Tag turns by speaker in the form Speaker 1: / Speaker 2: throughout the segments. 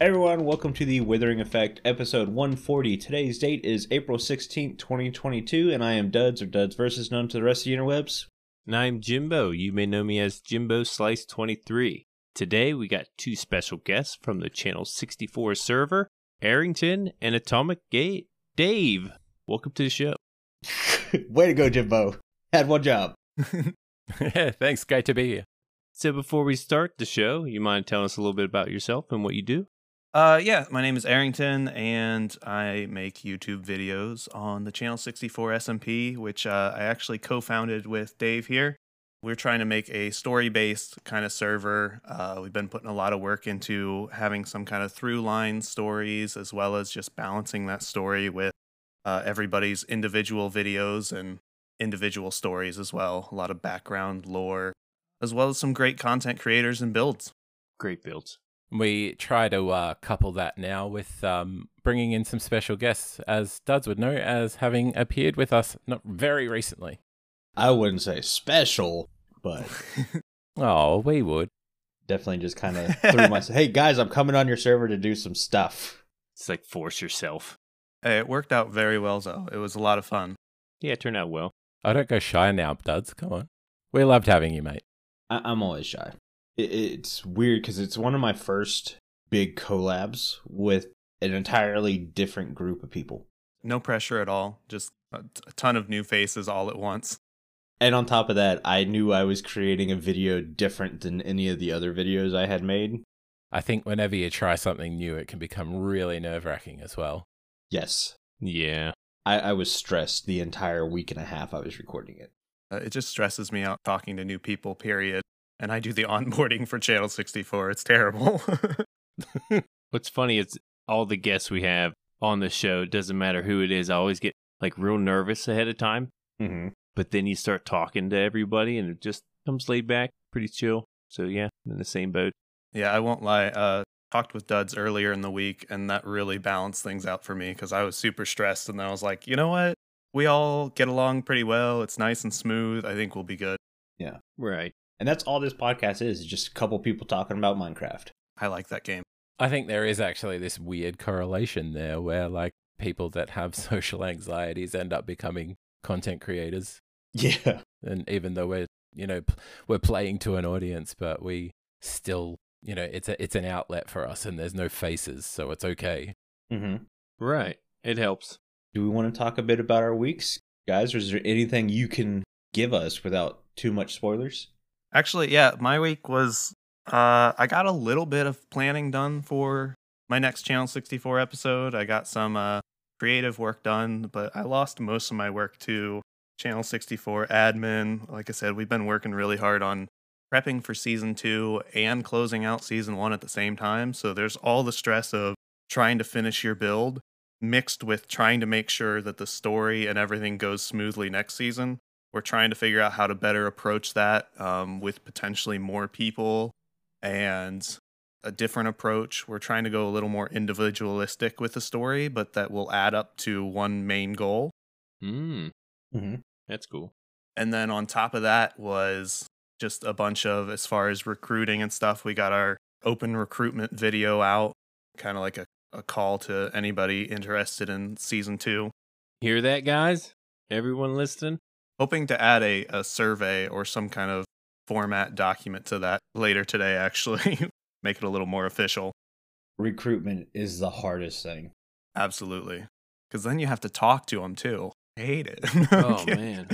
Speaker 1: everyone, welcome to the Withering Effect, episode 140. Today's date is April 16th, 2022, and I am Duds or Duds versus known to the rest of the interwebs.
Speaker 2: And I'm Jimbo. You may know me as Jimbo Slice 23. Today we got two special guests from the Channel 64 server, Arrington and Atomic Gate. Dave, welcome to the show.
Speaker 1: Way to go, Jimbo. Had one job.
Speaker 3: Thanks, great to be here.
Speaker 2: So before we start the show, you mind telling us a little bit about yourself and what you do?
Speaker 3: Uh, yeah, my name is Arrington, and I make YouTube videos on the Channel 64 SMP, which uh, I actually co founded with Dave here. We're trying to make a story based kind of server. Uh, we've been putting a lot of work into having some kind of through line stories, as well as just balancing that story with uh, everybody's individual videos and individual stories as well. A lot of background lore, as well as some great content creators and builds.
Speaker 2: Great builds.
Speaker 4: We try to uh, couple that now with um, bringing in some special guests, as Duds would know, as having appeared with us not very recently.
Speaker 1: I wouldn't say special, but
Speaker 4: Oh, we would.
Speaker 1: definitely just kind of threw myself. Hey, guys, I'm coming on your server to do some stuff.
Speaker 2: It's like force yourself.
Speaker 3: Hey, it worked out very well, though. It was a lot of fun.
Speaker 2: Yeah, it turned out well.
Speaker 4: I don't go shy now, Duds. Come on. We loved having you, mate.
Speaker 1: I- I'm always shy. It- it's weird because it's one of my first big collabs with an entirely different group of people.
Speaker 3: No pressure at all. Just a, t- a ton of new faces all at once.
Speaker 1: And on top of that, I knew I was creating a video different than any of the other videos I had made.
Speaker 4: I think whenever you try something new, it can become really nerve wracking as well.
Speaker 1: Yes,
Speaker 2: Yeah.
Speaker 1: I, I was stressed the entire week and a half I was recording it.
Speaker 3: Uh, it just stresses me out talking to new people, period. And I do the onboarding for Channel 64. It's terrible.
Speaker 2: What's funny is all the guests we have on the show, it doesn't matter who it is, I always get like real nervous ahead of time.
Speaker 1: Mm-hmm.
Speaker 2: but then you start talking to everybody and it just comes laid back, pretty chill. So yeah, I'm in the same boat.
Speaker 3: yeah, I won't lie. Uh, talked with Duds earlier in the week, and that really balanced things out for me because I was super stressed. And I was like, you know what? We all get along pretty well. It's nice and smooth. I think we'll be good.
Speaker 2: Right.
Speaker 1: And that's all this podcast is, is just a couple people talking about Minecraft.
Speaker 3: I like that game.
Speaker 4: I think there is actually this weird correlation there where, like, people that have social anxieties end up becoming content creators.
Speaker 1: Yeah.
Speaker 4: and even though we're you know p- we're playing to an audience but we still you know it's a, it's an outlet for us and there's no faces so it's okay
Speaker 1: Mm-hmm.
Speaker 2: Right. It helps.
Speaker 1: Do we want to talk a bit about our weeks, guys, or is there anything you can give us without too much spoilers?
Speaker 3: Actually, yeah, my week was uh I got a little bit of planning done for my next Channel 64 episode. I got some uh creative work done, but I lost most of my work to Channel 64 admin. Like I said, we've been working really hard on prepping for season 2 and closing out season 1 at the same time, so there's all the stress of trying to finish your build mixed with trying to make sure that the story and everything goes smoothly next season we're trying to figure out how to better approach that um, with potentially more people and a different approach. We're trying to go a little more individualistic with the story, but that will add up to one main goal.
Speaker 2: Mm,
Speaker 1: Mm-hmm.
Speaker 2: that's cool.
Speaker 3: And then on top of that was just a bunch of, as far as recruiting and stuff, we got our open recruitment video out, kind of like a, a call to anybody interested in season two.
Speaker 2: Hear that, guys? Everyone listening?
Speaker 3: hoping to add a, a survey or some kind of format document to that later today actually make it a little more official
Speaker 1: Recruitment is the hardest thing.
Speaker 3: absolutely because then you have to talk to them too i hate it
Speaker 2: Oh, man.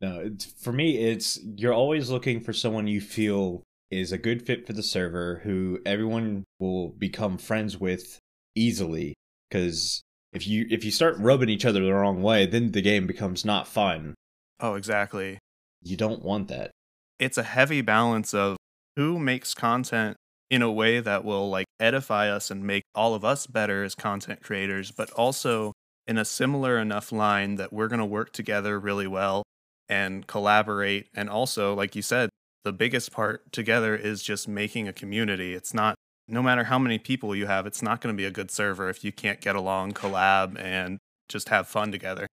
Speaker 1: No, it's, for me, it's you're always looking for someone you feel is a good fit for the server who everyone will become friends with easily. Because if you if you start rubbing each other the wrong way, then the game becomes not fun.
Speaker 3: oh exactly
Speaker 1: You don't want that.
Speaker 3: it's a heavy balance of who makes content in a way that will like edify us and make all of us better as content creators, but also in a similar enough line that we're going to work together really well and collaborate. And also, like you said, the biggest part together is just making a community. It's not, no matter how many people you have, it's not going to be a good server if you can't get along, collab, and just have fun together.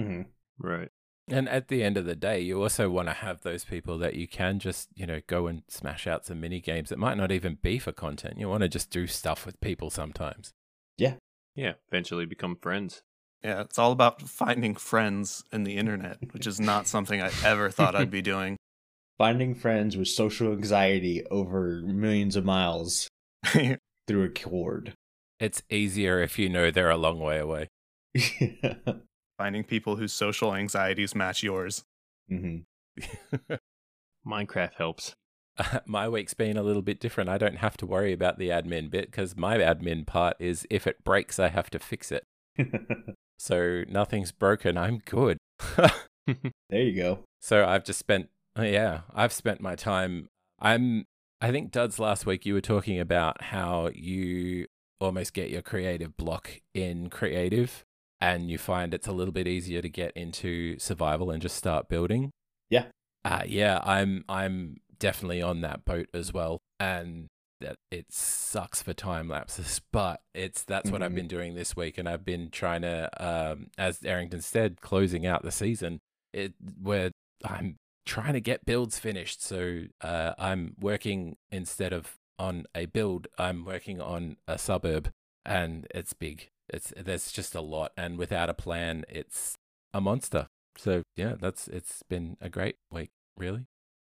Speaker 1: Mm-hmm.
Speaker 2: Right.
Speaker 4: And at the end of the day, you also want to have those people that you can just, you know, go and smash out some mini games that might not even be for content. You want to just do stuff with people sometimes.
Speaker 2: Yeah, eventually become friends.
Speaker 3: Yeah, it's all about finding friends in the internet, which is not something I ever thought I'd be doing.
Speaker 1: Finding friends with social anxiety over millions of miles through a cord.
Speaker 4: It's easier if you know they're a long way away.
Speaker 1: hmm
Speaker 3: finding people whose social anxieties match yours.
Speaker 1: Mm-hmm.
Speaker 2: Minecraft helps.
Speaker 4: my week's been a little bit different. I don't have to worry about the admin bit because my admin part is if it breaks, I have to fix it. So nothing's broken. I'm good.
Speaker 1: there you go.
Speaker 4: So I've just spent, oh, yeah, I've spent my time. I'm, I think, Duds, last week you were talking about how you almost get your creative block in creative and you find it's a little bit easier to get into survival and just start building.
Speaker 1: Yeah.
Speaker 4: Uh, yeah, I'm, I'm definitely on that boat as well. And that it sucks for time lapses, but it's that's what I've
Speaker 1: Mhm.
Speaker 4: been doing this week, and I've been trying to, um, as Errington said, closing out the season. It where I'm trying to get builds finished, so uh, I'm working instead of on a build, I'm working on a suburb, and it's big. It's there's just a lot, and without a plan, it's a monster. So yeah, that's it's been a great week, really.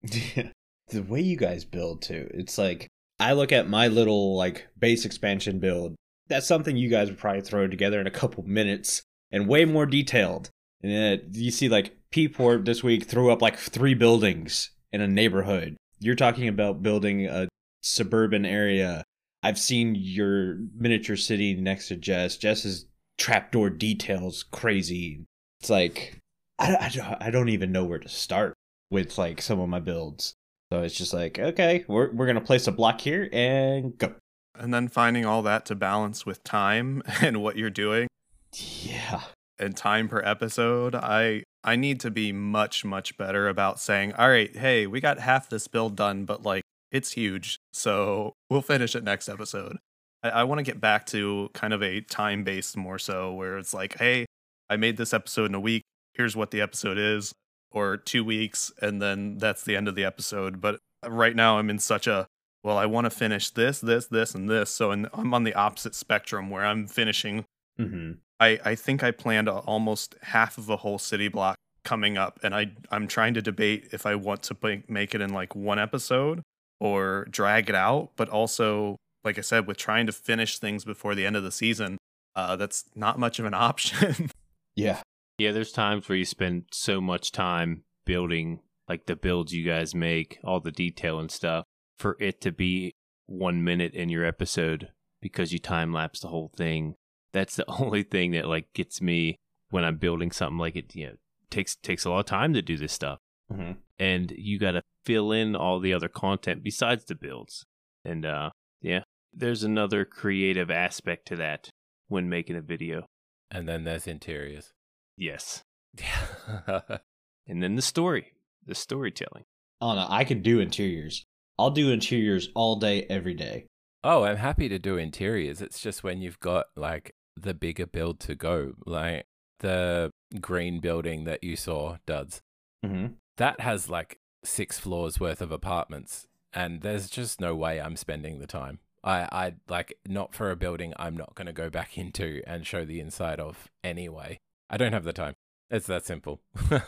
Speaker 1: the way you guys build too, it's like I look at my little like base expansion build. That's something you guys would probably throw together in a couple minutes and way more detailed. And then you see like Peeport this week threw up like three buildings in a neighborhood. You're talking about building a suburban area. I've seen your miniature city next to Jess. Jess's trapdoor details crazy. It's like I, I don't- I don't even know where to start with like some of my builds. So it's just like, okay, we're we're gonna place a block here and go.
Speaker 3: And then finding all that to balance with time and what you're doing
Speaker 1: Yeah.
Speaker 3: and time per episode. I I need to be much much better about saying, "All right, hey, we got half this build done, but like it's huge. So, we'll finish it next episode." I, I want to get back to kind of a time-based more so where it's like, "Hey, I made this episode in a week. Here's what the episode is." Or 2 weeks and then that's the end of the episode. But uh, right now I'm in such a well, I want to finish this, this, this, and this. So, and I'm on the opposite spectrum where I'm finishing
Speaker 1: Mm-hmm.
Speaker 3: I, I think I planned a, almost half of a whole city block coming up, and I I'm trying to debate if I want to pla- make it in like one episode or drag it out. But also, like I said, with trying to finish things before the end of the season, uh, that's not much of an option.
Speaker 1: Yeah.
Speaker 2: Yeah, there's times where you spend so much time building, like the builds you guys make, all the detail and stuff, for it to be one minute in your episode because you time lapse the whole thing. That's the only thing that like gets me when I'm building something like it. You know, takes takes a lot of time to do this stuff,
Speaker 1: Mhm.
Speaker 2: and you got to fill in all the other content besides the builds. And uh, yeah, there's another creative aspect to that when making a video.
Speaker 4: And then there's interiors.
Speaker 2: Yes.
Speaker 4: Yeah.
Speaker 2: and then the story, the storytelling.
Speaker 1: Oh no, I can do interiors. I'll do interiors all day, every day.
Speaker 4: oh, I'm happy to do interiors. It's just when you've got like the bigger build to go, like the green building that you saw, Duds.
Speaker 1: Mm-hmm.
Speaker 4: That has like six floors worth of apartments, and there's just no way I'm spending the time. I, I like not for a building I'm not going to go back into and show the inside of anyway. I don't have the time. It's that simple.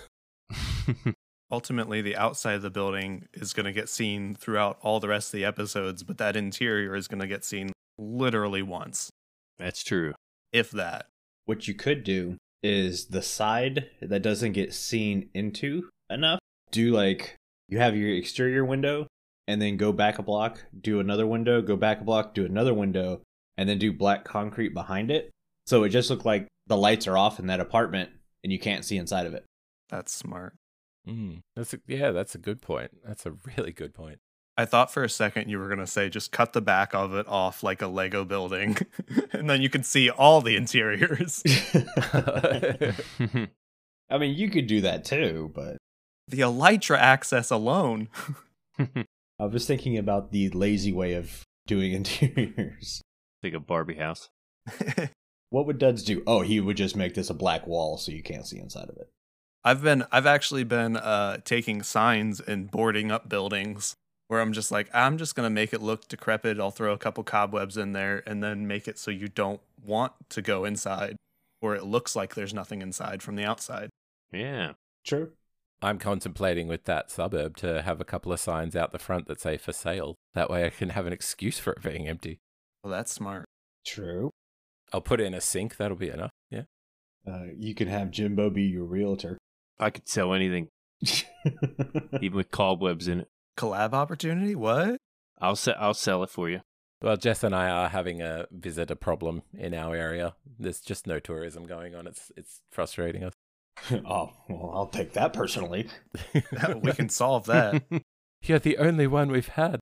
Speaker 3: Ultimately, the outside of the building is going to get seen throughout all the rest of the episodes, but that interior is going to get seen literally once,
Speaker 2: That's true.
Speaker 3: if that.
Speaker 1: What you could do is the side that doesn't get seen into enough. Do like you have your exterior window, and then go back a block, do another window, go back a block, do another window, and then do black concrete behind it. So it just looked like the lights are off in that apartment, and you can't see inside of it.
Speaker 3: That's smart.
Speaker 4: Mm, that's a, yeah, that's a good point. That's a really good point.
Speaker 3: I thought for a second you were going to say just cut the back of it off like a Lego building, and then you could see all the interiors.
Speaker 1: I mean, you could do that too, but
Speaker 3: the Elytra access alone.
Speaker 1: I was thinking about the lazy way of doing interiors.
Speaker 2: like a Barbie house.
Speaker 1: What would Duds do? Oh, he would just make this a black wall so you can't see inside of it.
Speaker 3: I've been I've actually been uh, taking signs and boarding up buildings where I'm just like I'm just gonna make it look decrepit. I'll throw a couple cobwebs in there and then make it so you don't want to go inside, or it looks like there's nothing inside from the outside.
Speaker 2: Yeah.
Speaker 1: True.
Speaker 4: I'm contemplating with that suburb to have a couple of signs out the front that say for sale. That way I can have an excuse for it being empty.
Speaker 3: Well, that's smart.
Speaker 1: True.
Speaker 4: I'll put it in a sink. That'll be enough. Yeah.
Speaker 1: Uh, you can have Jimbo be your realtor.
Speaker 2: I could sell anything, even with cobwebs in it.
Speaker 3: Collab opportunity? What?
Speaker 2: I'll se- I'll sell it for you.
Speaker 4: Well, Jess and I are having a visitor problem in our area. There's just no tourism going on. It's it's frustrating us.
Speaker 1: oh, well, I'll take that personally.
Speaker 3: we can solve that.
Speaker 4: You're the only one we've had.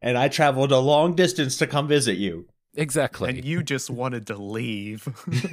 Speaker 1: And I traveled a long distance to come visit you.
Speaker 4: exactly.
Speaker 3: and you just wanted to leave.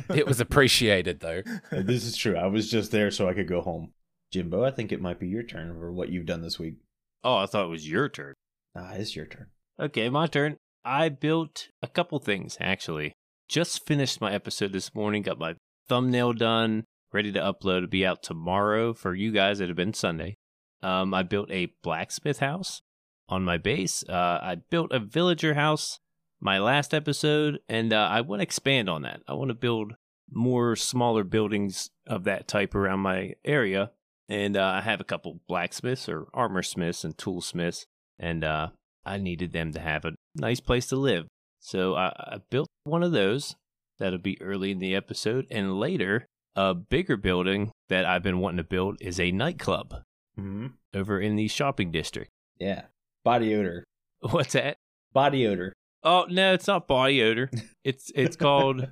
Speaker 4: it was appreciated though.
Speaker 1: Uh, this is true. I was just there so I could go home. Jimbo, I think it might be your turn for what you've done this week.
Speaker 2: Oh, I thought it was your turn.
Speaker 1: Ah, it's your turn.
Speaker 2: Okay, my turn. I built a couple things actually. Just finished my episode this morning, got my thumbnail done, ready to upload. It'll be out tomorrow for you guys. It have been Sunday. Um, I built a blacksmith house on my base. Uh, I built a villager house my last episode, and uh, I want to expand on that. I want to build more smaller buildings of that type around my area. And uh, I have a couple blacksmiths or armor smiths and tool smiths, and uh, I needed them to have a nice place to live. So I, I built one of those. That'll be early in the episode. And later, a bigger building that I've been wanting to build is a nightclub Mm-hmm.
Speaker 1: hmm
Speaker 2: over in the shopping district.
Speaker 1: Yeah. Body odor.
Speaker 2: What's that?
Speaker 1: Body odor.
Speaker 2: Oh no, it's not body odor. It's it's called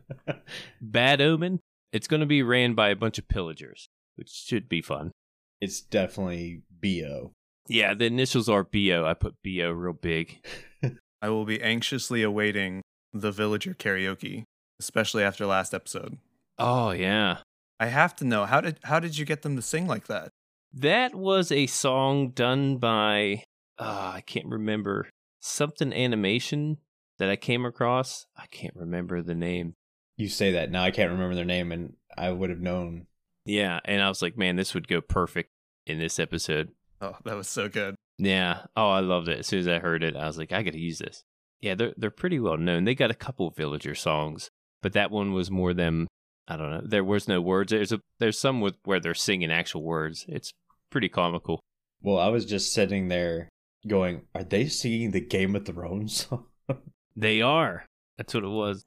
Speaker 2: Bad Omen. It's going to be ran by a bunch of pillagers, which should be fun.
Speaker 1: it's definitely BO.
Speaker 2: Yeah, the initials are BO. I put BO real big.
Speaker 3: I will be anxiously awaiting the villager karaoke, especially after last episode.
Speaker 2: Oh yeah.
Speaker 3: I have to know how did how did you get them to sing like that?
Speaker 2: That was a song done by uh, I can't remember something animation that I came across. I can't remember the name.
Speaker 1: You say that now. I can't remember their name, and I would have known.
Speaker 2: Yeah, and I was like, man, this would go perfect in this episode.
Speaker 3: Oh, that was so good.
Speaker 2: Yeah. Oh, I loved it. As soon as I heard it, I was like, I gotta use this. Yeah, they're they're pretty well known. They got a couple villager songs, but that one was more them. I don't know. There was no words. There's a there's some with where they're singing actual words. It's pretty comical.
Speaker 1: Well, I was just sitting there going, Are they singing the Game of Thrones song?
Speaker 2: They are. That's what it was.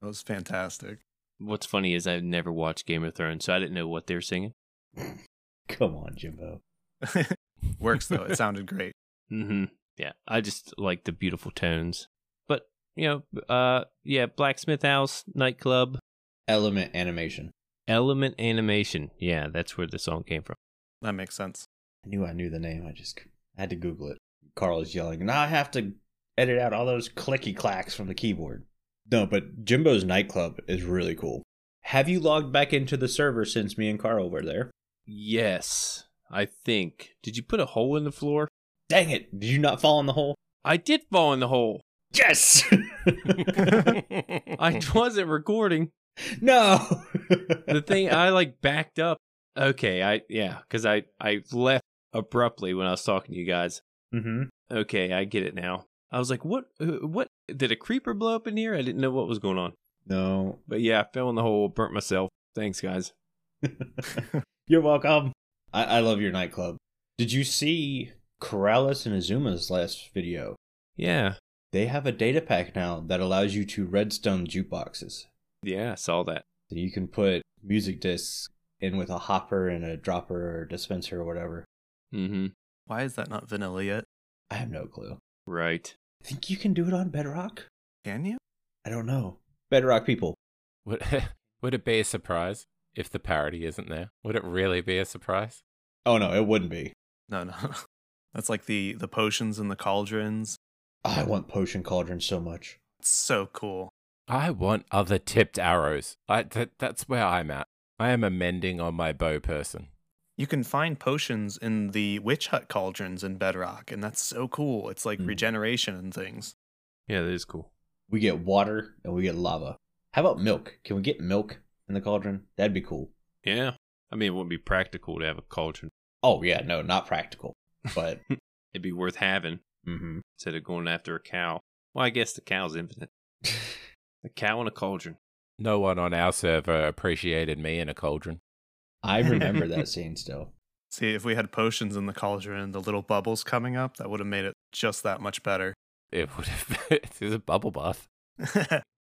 Speaker 3: That was fantastic.
Speaker 2: What's funny is I've never watched Game of Thrones, so I didn't know what they were singing.
Speaker 1: Come on, Jimbo.
Speaker 3: Works though. It sounded great.
Speaker 2: Mm-hmm. Yeah, I just like the beautiful tones. But you know, uh, yeah, blacksmith house, nightclub,
Speaker 1: Element animation.
Speaker 2: element animation. Yeah, that's where the song came from.
Speaker 3: That makes sense.
Speaker 1: I knew I knew the name. I just I had to Google it. Carl is yelling, Now I have to edit out all those clicky clacks from the keyboard. No, but Jimbo's nightclub is really cool. Have you logged back into the server since me and Carl were there?
Speaker 2: Yes, I think. Did you put a hole in the floor?
Speaker 1: Dang it! Did you not fall in the hole?
Speaker 2: I did fall in the hole.
Speaker 1: Yes!
Speaker 2: I wasn't recording.
Speaker 1: no!
Speaker 2: The thing I like backed up. Okay, I yeah, because I I left abruptly when I was talking to you guys.
Speaker 1: Mm-hmm.
Speaker 2: okay, I get it now. I was like, what? uh, What? Did a creeper blow up in here? I didn't know what was going on.
Speaker 1: No.
Speaker 2: But yeah, I fell in the hole, burnt myself. Thanks, guys.
Speaker 1: You're welcome. I, I love your nightclub. Did you see Corrales and Azuma's last video?
Speaker 2: Yeah.
Speaker 1: They have a data pack now that allows you to redstone jukeboxes.
Speaker 2: Yeah, I saw that.
Speaker 1: So you can put music discs in with a hopper and a dropper or dispenser or whatever.
Speaker 2: Mm-hmm.
Speaker 3: Why is that not vanilla yet?
Speaker 1: I have no clue.
Speaker 2: Right.
Speaker 1: I think you can do it on Bedrock?
Speaker 3: Can you?
Speaker 1: I don't know. Bedrock people.
Speaker 4: would, would it be a surprise if the parody isn't there? Would it really be a surprise?
Speaker 1: Oh no, it wouldn't be.
Speaker 3: No, no. That's like the the potions and the cauldrons.
Speaker 1: Oh, I want Potion Cauldron so much.
Speaker 3: It's so cool.
Speaker 4: I want other tipped arrows. I, that, that's where I'm at. I am amending on my bow person.
Speaker 3: You can find potions in the witch hut cauldrons in Bedrock, and that's so cool. It's like
Speaker 1: Mm.
Speaker 3: regeneration and things.
Speaker 2: Yeah, that is cool.
Speaker 1: We get water and we get lava. How about milk? Can we get milk in the cauldron? That'd be cool.
Speaker 2: Yeah. I mean, it wouldn't be practical to have a cauldron.
Speaker 1: Oh yeah, no, not practical. But
Speaker 2: It'd be worth having
Speaker 1: mhm.
Speaker 2: instead of going after a cow. Well, I guess the cow's infinite. a cow and a cauldron.
Speaker 4: No one on our server appreciated me in a cauldron.
Speaker 1: I remember that scene still.
Speaker 3: See, if we had potions in the cauldron and the little bubbles coming up, that would have made it just that much better.
Speaker 4: It would have it was a bubble bath.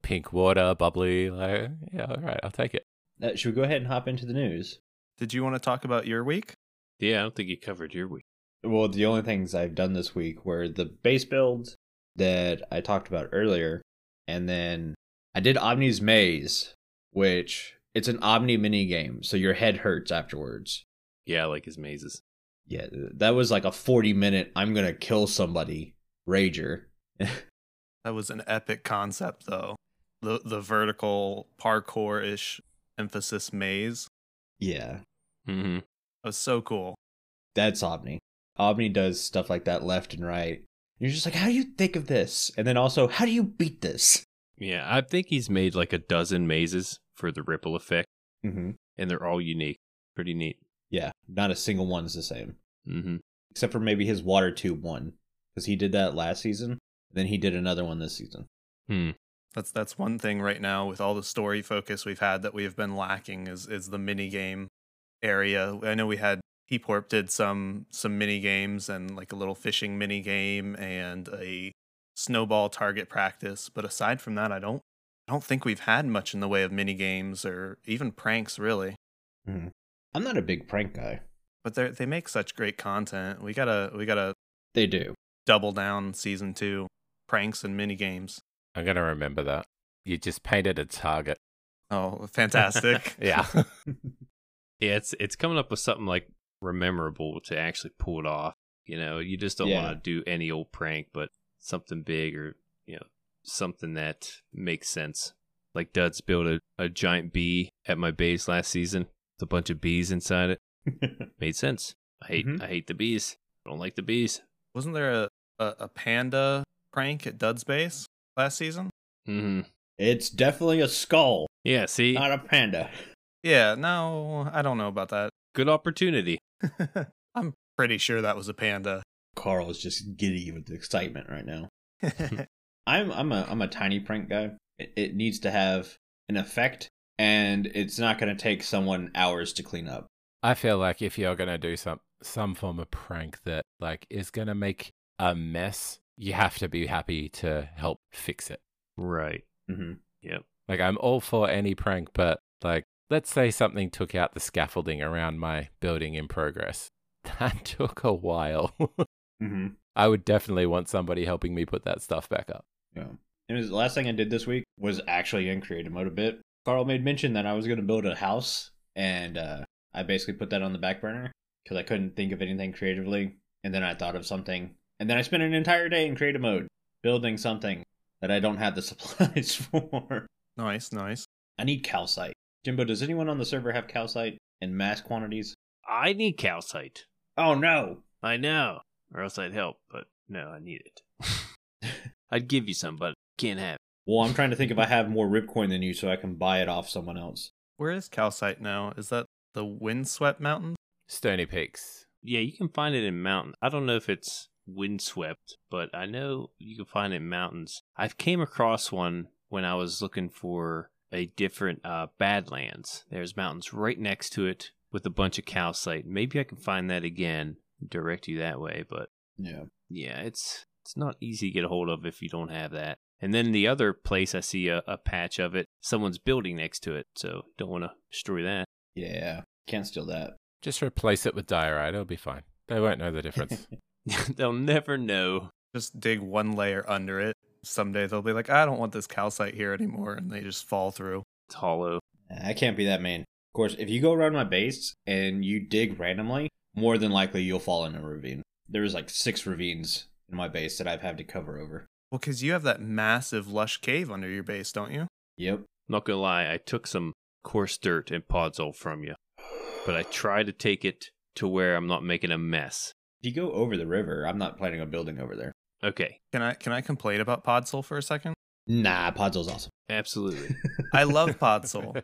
Speaker 4: Pink water, bubbly, like yeah, all right, I'll take it.
Speaker 1: Uh, should we go ahead and hop into the news?
Speaker 3: Did you want to talk about your week?
Speaker 2: Yeah, I don't think you covered your week.
Speaker 1: Well, the only things I've done this week were the base build that I talked about earlier, and then I did Omni's Maze, which it's an Omni minigame, so your head hurts afterwards.
Speaker 2: Yeah, I like his mazes.
Speaker 1: Yeah, that was like a 40 minute I'm gonna kill somebody rager.
Speaker 3: That was an epic concept, though. The the vertical parkour ish emphasis maze.
Speaker 1: Yeah,
Speaker 2: Mm-hmm.
Speaker 3: That was so cool.
Speaker 1: that's Omni. Omni does stuff like that left and right. You're just like, how do you think of this? And then also, how do you beat this?
Speaker 2: Yeah, I think he's made like a dozen mazes for the ripple effect,
Speaker 1: Mm-hmm.
Speaker 2: and they're all unique. Pretty neat.
Speaker 1: Yeah, not a single one's the same.
Speaker 2: Mm-hmm.
Speaker 1: except for maybe his water tube one because he did that last season then he did another one this season
Speaker 2: Hmm.
Speaker 3: That's that's one thing right now with all the story focus we've had that we have been lacking is is the mini game area. I know we had Heporp did some some mini games and like a little fishing mini game and a snowball target practice, but aside from that, I don't I don't think we've had much in the way of mini games or even pranks really.
Speaker 1: i'm not a big prank guy
Speaker 3: But they they make such great content. We gotta we gotta
Speaker 1: they do
Speaker 3: double down season two pranks and mini games.
Speaker 4: I'm gonna remember that. You just painted a target.
Speaker 3: Oh, fantastic!
Speaker 4: Yeah.
Speaker 2: Yeah, it's it's coming up with something like memorable to actually pull it off. You know, you just don't
Speaker 1: Yeah.
Speaker 2: want to do any old prank, but something big or you know something that makes sense. Like Duds built a, a giant bee at my base last season with a bunch of bees inside it. Made sense. I hate
Speaker 1: Mhm.
Speaker 2: I hate the bees. I don't like the bees.
Speaker 3: Wasn't there a, a, a panda prank at Dud's base last season?
Speaker 2: Mm-hmm.
Speaker 1: it's definitely a skull
Speaker 2: Yeah. See,
Speaker 1: not a panda
Speaker 3: Yeah, no, I don't know about that.
Speaker 2: good opportunity.
Speaker 3: I'm pretty sure that was a panda.
Speaker 1: carl is just giddy with excitement right now i'm i'm a i'm a tiny prank guy it, it needs to have an effect and it's not going to take someone hours to clean up
Speaker 4: I feel like if you're gonna do some some form of prank that like is gonna make a mess, you have to be happy to help fix it.
Speaker 2: Right.
Speaker 1: mm-hmm.
Speaker 4: Like I'm all for any prank, but like let's say something took out the scaffolding around my building in progress. That took a while.
Speaker 1: Mm-hmm.
Speaker 4: I would definitely want somebody helping me put that stuff back up.
Speaker 1: Yeah. It was the last thing I did this week was actually in creative mode a bit. Carl made mention that I was going to build a house, and uh, I basically put that on the back burner because I couldn't think of anything creatively. And then I thought of something, and then I spent an entire day in creative mode building something that I don't have the supplies for.
Speaker 3: nice, nice.
Speaker 1: I need calcite. Jimbo, does anyone on the server have calcite in mass quantities?
Speaker 2: I need calcite.
Speaker 1: Oh no!
Speaker 2: I know, or else I'd help, but no, I need it. I'd give you some, but can't have.
Speaker 1: Well, I'm trying to think if I have more ripcoin than you, so I can buy it off someone else.
Speaker 3: Where is calcite now? Is that the windswept mountain?
Speaker 4: Stony Peaks.
Speaker 2: Yeah, you can find it in mountains. I don't know if it's windswept, but I know you can find it in mountains. I've came across one when I was looking for a different uh, Badlands. There's mountains right next to it with a bunch of calcite. Maybe I can find that again, direct you that way, but
Speaker 1: Yeah.
Speaker 2: yeah, it's it's not easy to get a hold of if you don't have that. And then the other place I see a, a patch of it, someone's building next to it, so don't want to destroy that.
Speaker 1: Yeah. Can't steal that.
Speaker 4: Just replace it with diorite. It'll be fine. They won't know the difference.
Speaker 2: They'll never know.
Speaker 3: Just dig one layer under it. Someday they'll be like, I don't want this calcite here anymore, and they just fall through.
Speaker 2: It's hollow.
Speaker 1: I can't be that mean. Of course, if you go around my base and you dig randomly, more than likely you'll fall in a ravine. There's like six ravines in my base that I've had to cover over.
Speaker 3: Well, because you have that massive lush cave under your base, don't you?
Speaker 1: Yep.
Speaker 2: Not gonna lie, I took some coarse dirt and podzol from you, but I try to take it to where I'm not making a mess.
Speaker 1: If you go over the river, I'm not planning on building over there.
Speaker 2: Okay,
Speaker 3: Can I can I complain about Podsoul for a second?
Speaker 1: Nah, Podzol's awesome.
Speaker 2: absolutely.
Speaker 3: I love Podsoul.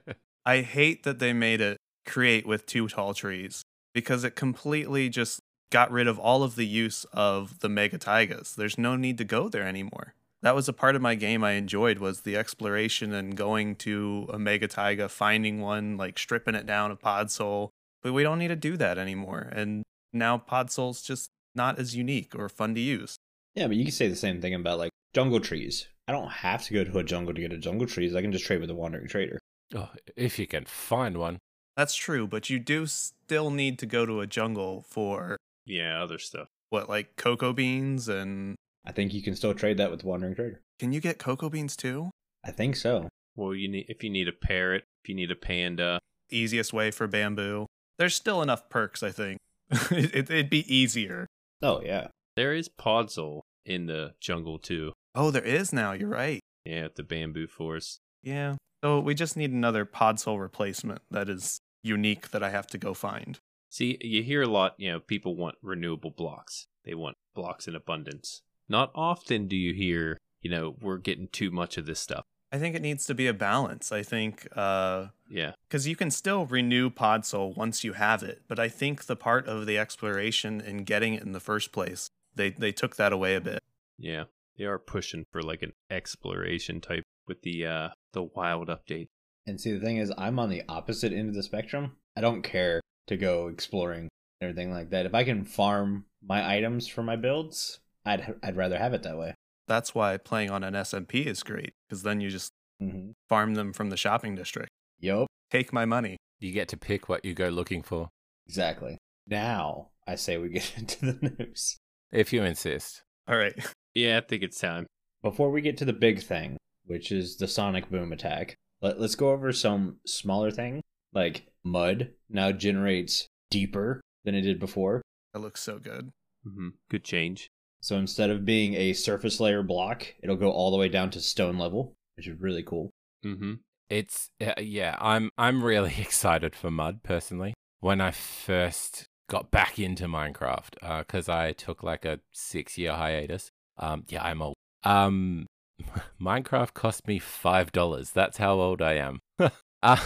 Speaker 3: I hate that they made it create with Two Tall Trees because it completely just got rid of all of the use of the mega taigas. There's no need to go there anymore. That was a part of my game I enjoyed was the exploration and going to a mega taiga, finding one, like stripping it down of pod soul. But we don't need to do that anymore. And now pod soul's just not as unique or fun to use.
Speaker 1: Yeah, but you can say the same thing about like jungle trees. I don't have to go to a jungle to get a jungle trees. I can just trade with a wandering trader.
Speaker 4: Oh, if you can find one.
Speaker 3: That's true, but you do still need to go to a jungle for
Speaker 2: Yeah, other stuff.
Speaker 3: what, like cocoa beans and
Speaker 1: I think you can still trade that with wandering trader.
Speaker 3: can you get cocoa beans too?
Speaker 1: I think so.
Speaker 2: Well, you need if you need a parrot, if you need a panda.
Speaker 3: Easiest way for bamboo. There's still enough perks, I think. it, it, it'd be easier.
Speaker 1: Oh yeah.
Speaker 2: There is Podzol in the jungle too.
Speaker 3: Oh, there is now. You're right.
Speaker 2: Yeah, at the bamboo forest.
Speaker 3: Yeah. So we just need another podsole replacement that is unique that I have to go find.
Speaker 2: See, you hear a lot, you know, people want renewable blocks. They want blocks in abundance. Not often do you hear, you know, we're getting too much of this stuff.
Speaker 3: I think it needs to be a balance. I think because
Speaker 2: Yeah.
Speaker 3: you can still renew podsole once you have it, but I think the part of the exploration and getting it in the first place, they they took that away a bit.
Speaker 2: Yeah. They are pushing for like an exploration type with the uh the wild update.
Speaker 1: And see, the thing is, I'm on the opposite end of the spectrum. I don't care to go exploring and everything like that. If I can farm my items for my builds, I'd I'd rather have it that way.
Speaker 3: That's why playing on an SMP is great because then you just
Speaker 1: Mm-hmm.
Speaker 3: farm them from the shopping district.
Speaker 1: Yup.
Speaker 3: Take my money.
Speaker 4: You get to pick what you go looking for,
Speaker 1: Exactly. Now I say we get into the news.
Speaker 4: if you insist.
Speaker 3: All right.
Speaker 2: Yeah, I think it's time.
Speaker 1: Before we get to the big thing, which is the sonic boom attack, let, let's go over some smaller thing. Like mud now generates deeper than it did before.
Speaker 3: That looks so good.
Speaker 2: hmm Good change.
Speaker 1: So instead of being a surface layer block, it'll go all the way down to stone level, which is really cool.
Speaker 2: Mm-hmm.
Speaker 4: It's uh, yeah, I'm I'm really excited for mud personally. When I first got back into Minecraft, because I took like a six year hiatus. Um, yeah, I'm old. Um, Minecraft cost me five dollars. That's how old I am. Uh,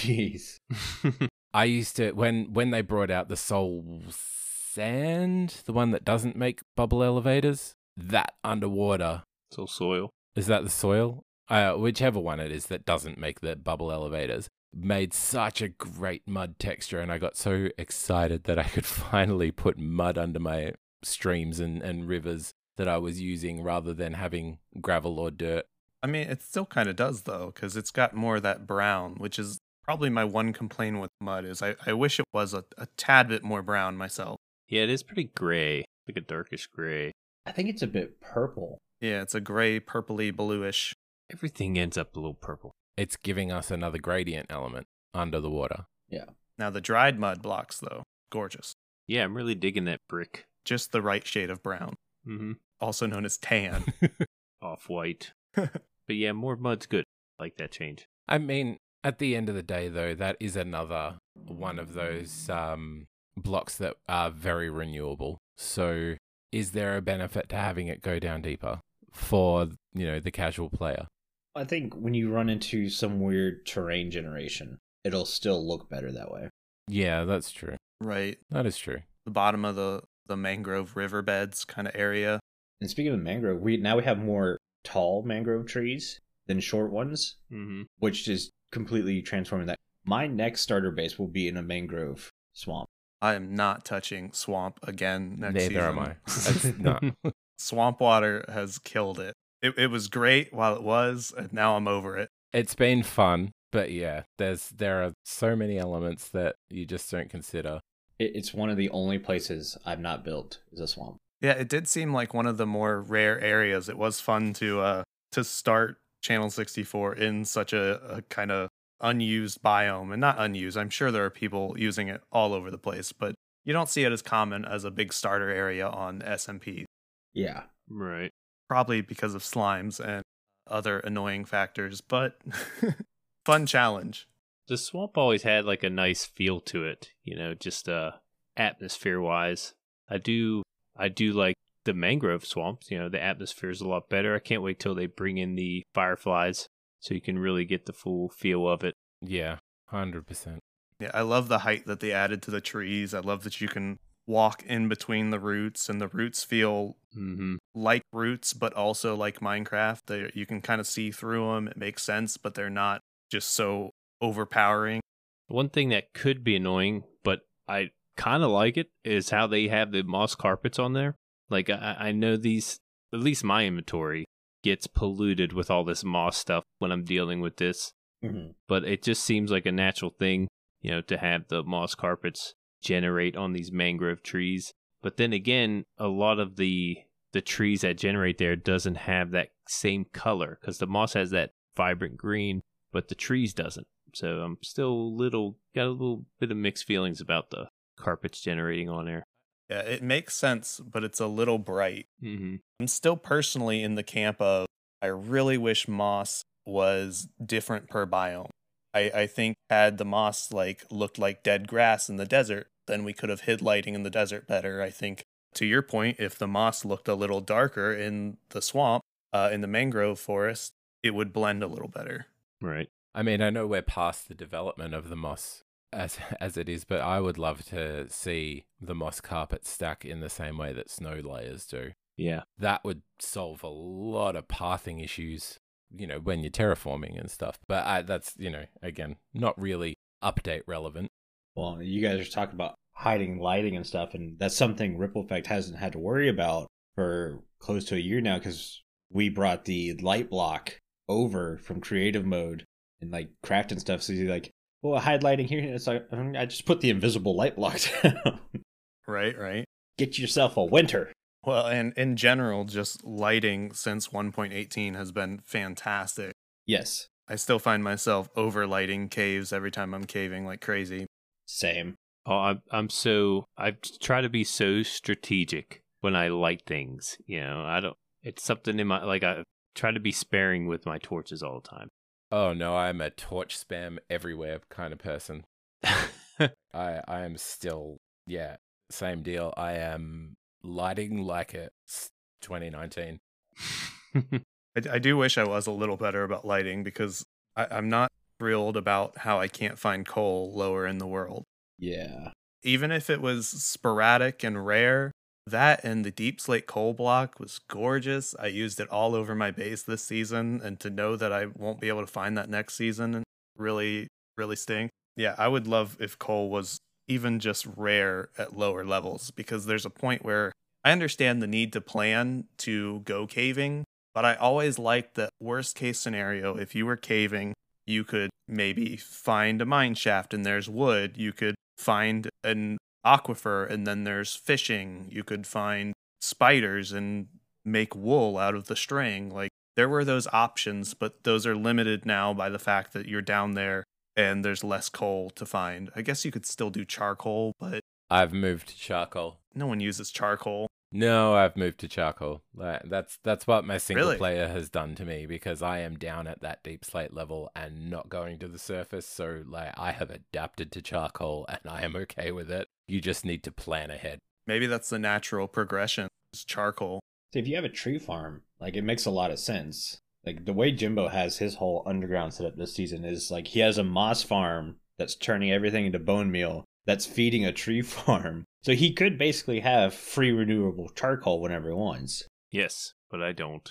Speaker 1: Jeez.
Speaker 4: I used to when when they brought out the soul sand, the one that doesn't make bubble elevators. That underwater
Speaker 2: so soil.
Speaker 4: is that the soil, uh, whichever one it is that doesn't make the bubble elevators. Made such a great mud texture, and I got so excited that I could finally put mud under my streams and, and rivers that I was using rather than having gravel or dirt.
Speaker 3: I mean, it still kind of does though, because it's got more of that brown, which is probably my one complaint with mud is I, I wish it was a, a tad bit more brown myself.
Speaker 2: Yeah, it is pretty gray. Like a darkish gray.
Speaker 1: I think it's a bit purple.
Speaker 3: Yeah, it's a gray, purpley, bluish.
Speaker 2: Everything ends up a little purple.
Speaker 4: It's giving us another gradient element under the water.
Speaker 3: Now the dried mud blocks though, gorgeous,
Speaker 2: Yeah, I'm really digging that brick.
Speaker 3: just the right shade of brown,
Speaker 2: Mm-hmm.
Speaker 3: also known as tan.
Speaker 2: Off white. but yeah, more mud's good. I like that change.
Speaker 4: I mean, at the end of the day, though, that is another one of those um, blocks that are very renewable. So, is there a benefit to having it go down deeper for you know the casual player?
Speaker 1: I think when you run into some weird terrain generation, it'll still look better that way.
Speaker 4: Yeah, that's true.
Speaker 3: right,
Speaker 4: That is true.
Speaker 3: the bottom of the the mangrove riverbeds kind of area.
Speaker 1: And speaking of mangrove, we now we have more tall mangrove trees than short ones,
Speaker 2: Mm-hmm.
Speaker 1: which is completely transforming that. My next starter base will be in a mangrove swamp.
Speaker 3: I am not touching swamp again next
Speaker 4: Neither
Speaker 3: season.
Speaker 4: am I. That's not.
Speaker 3: Swamp water has killed it. It it was great while it was, and now I'm over it.
Speaker 4: It's been fun, but yeah, there's there are so many elements that you just don't consider.
Speaker 1: It, it's one of the only places I've not built is a swamp.
Speaker 3: Yeah, it did seem like one of the more rare areas. It was fun to uh to start Channel 64 in such a, a kind of unused biome and not unused. I'm sure there are people using it all over the place, but you don't see it as common as a big starter area on SMP,
Speaker 1: Yeah.
Speaker 2: right.
Speaker 3: probably because of slimes and other annoying factors, but fun challenge.
Speaker 2: The swamp always had like a nice feel to it, you know, just uh atmosphere wise. I do I do like the mangrove swamps, you know, the atmosphere is a lot better. I can't wait till they bring in the fireflies so you can really get the full feel of it.
Speaker 4: Yeah, hundred percent.
Speaker 3: Yeah, I love the height that they added to the trees. I love that you can walk in between the roots, and the roots feel
Speaker 2: Mm-hmm.
Speaker 3: like roots, but also like Minecraft. They, you can kind of see through them. It makes sense, but they're not just so overpowering.
Speaker 2: One thing that could be annoying, but I kind of like it, is how they have the moss carpets on there. Like, I, I know these, at least my inventory gets polluted with all this moss stuff when I'm dealing with this,
Speaker 1: Mhm.
Speaker 2: but it just seems like a natural thing, you know, to have the moss carpets generate on these mangrove trees. But then again, a lot of the the trees that generate there doesn't have that same color because the moss has that vibrant green, but the trees doesn't. So I'm still a little got a little bit of mixed feelings about the carpets generating on there.
Speaker 3: Yeah, it makes sense, but it's a little bright.
Speaker 2: Mm-hmm.
Speaker 3: I'm still personally in the camp of I really wish moss was different per biome. I, I think had the moss like looked like dead grass in the desert, then we could have hid lighting in the desert better. I think to your point, if the moss looked a little darker in the swamp, uh, in the mangrove forest, it would blend a little better.
Speaker 2: Right.
Speaker 4: I mean, I know we're past the development of the moss as as it is, but I would love to see the moss carpet stack in the same way that snow layers do.
Speaker 2: Yeah.
Speaker 4: That would solve a lot of pathing issues, you know, when you're terraforming and stuff. But I, that's, you know, again, not really update relevant.
Speaker 1: Well, you guys are talking about hiding lighting and stuff, and that's something Ripple Effect hasn't had to worry about for close to a year now because we brought the light block over from creative mode and like craft and stuff. So you're like, well, I hide lighting here. And it's like, mm, I just put the invisible light block down.
Speaker 3: Right, right.
Speaker 1: Get yourself a winter.
Speaker 3: Well, and in general, just lighting since 1.18 has been fantastic.
Speaker 1: Yes,
Speaker 3: I still find myself overlighting caves every time I'm caving like crazy.
Speaker 1: same.
Speaker 2: Oh, I'm I'm so I try to be so strategic when I light things. You know, I don't. It's something in my like I try to be sparing with my torches all the time.
Speaker 4: Oh no, I'm a torch spam everywhere kind of person. I I am still yeah, same deal. I am lighting like it's 2019.
Speaker 3: I, I do wish I was a little better about lighting because I, I'm not thrilled about how I can't find coal lower in the world.
Speaker 1: Yeah.
Speaker 3: Even if it was sporadic and rare, that and the deep slate coal block was gorgeous. I used it all over my base this season, and to know that I won't be able to find that next season really, really stinks. Yeah, I would love if coal was even just rare at lower levels because there's a point where I understand the need to plan to go caving, but I always liked that worst case scenario if you were caving, you could maybe find a mine shaft and there's wood, you could find an aquifer and then there's fishing, you could find spiders and make wool out of the string. Like there were those options, but those are limited now by the fact that you're down there and there's less coal to find. I guess you could still do charcoal, but
Speaker 4: I've moved to charcoal.
Speaker 3: no one uses charcoal.
Speaker 4: No, I've moved to charcoal. Like, That's that's what my single
Speaker 3: Really?
Speaker 4: player has done to me because I am down at that deep slate level and not going to the surface. So like I have adapted to charcoal and I am okay with it. You just need to plan ahead.
Speaker 3: Maybe that's the natural progression. Is charcoal.
Speaker 1: So if you have a tree farm, like it makes a lot of sense. Like the way Jimbo has his whole underground set up this season is like he has a moss farm that's turning everything into bone meal that's feeding a tree farm. So he could basically have free renewable charcoal whenever he wants.
Speaker 2: yes, but I don't.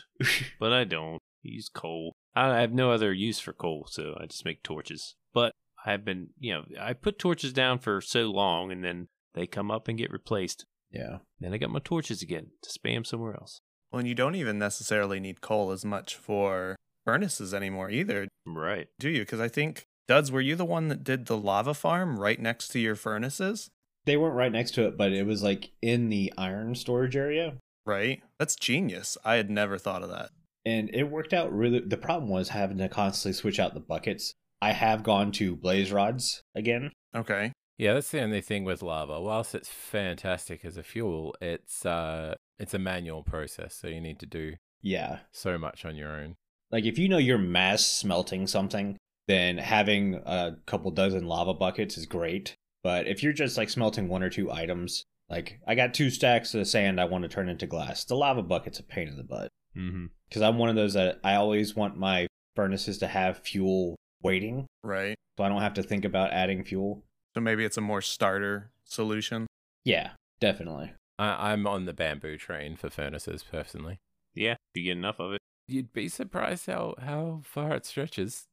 Speaker 2: but I don't use coal. I I have no other use for coal, so I just make torches. But I've been, you know, I put torches down for so long, and then they come up and get replaced.
Speaker 1: Yeah.
Speaker 2: Then I got my torches again to spam somewhere else.
Speaker 3: Well, and you don't even necessarily need coal as much for furnaces anymore either,
Speaker 2: Right.
Speaker 3: do you? Because I think, Duds, were you the one that did the lava farm right next to your furnaces?
Speaker 1: They weren't right next to it, but it was like in the iron storage area.
Speaker 3: Right? That's genius. I had never thought of that.
Speaker 1: and it worked out really the problem was having to constantly switch out the buckets i have gone to blaze rods again
Speaker 3: Okay.
Speaker 4: Yeah, that's the only thing with lava. Whilst it's fantastic as a fuel, it's uh it's a manual process, so you need to do
Speaker 1: yeah
Speaker 4: so much on your own.
Speaker 1: like if you know you're mass smelting something then having a couple dozen lava buckets is great but if you're just like smelting one or two items like i got two stacks of sand i want to turn into glass the lava bucket's a pain in the butt
Speaker 2: Mm-hmm.
Speaker 1: because i'm one of those that i always want my furnaces to have fuel waiting
Speaker 3: Right.
Speaker 1: so i don't have to think about adding fuel
Speaker 3: So maybe it's a more starter solution.
Speaker 1: Yeah, definitely.
Speaker 4: I, I'm on the bamboo train for furnaces personally.
Speaker 2: Yeah, if you get enough of it.
Speaker 4: You'd be surprised how, how far it stretches.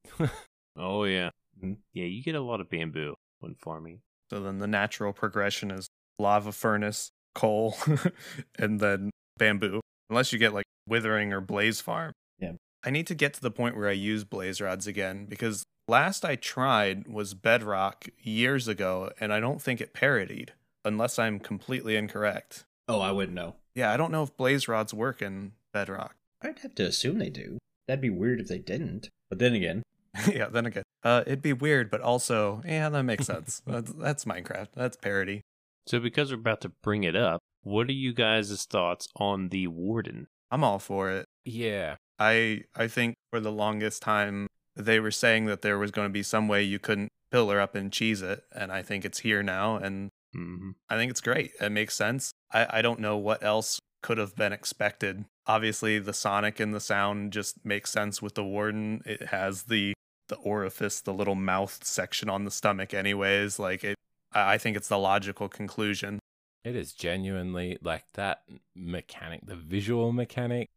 Speaker 2: Oh yeah,
Speaker 1: Mhm.
Speaker 2: yeah. You get a lot of bamboo when farming.
Speaker 3: So then the natural progression is lava furnace, coal, and then bamboo. Unless you get like withering or blaze farm.
Speaker 1: Yeah.
Speaker 3: I need to get to the point where I use blaze rods again because last I tried was bedrock years ago and I don't think it parodied unless I'm completely incorrect.
Speaker 1: Oh, I wouldn't know.
Speaker 3: Yeah, I don't know if blaze rods work in bedrock.
Speaker 1: I'd have to assume they do. That'd be weird if they didn't. But then again,
Speaker 3: yeah, then again, uh, it'd be weird, but also, yeah, that makes sense. that's, that's Minecraft. That's parody.
Speaker 2: So because we're about to bring it up, what are you guys' thoughts on the warden?
Speaker 3: I'm all for it.
Speaker 4: yeah.
Speaker 3: I I think for the longest time they were saying that there was going to be some way you couldn't pillar up and cheese it, and I think it's here now, and
Speaker 2: Mm-hmm.
Speaker 3: I think it's great. It makes sense. I I don't know what else could have been expected. Obviously, the sonic and the sound just makes sense with the warden. It has the the orifice, the little mouth section on the stomach, anyways. Like it, I I think it's the logical conclusion.
Speaker 4: It is genuinely like that mechanic, the visual mechanic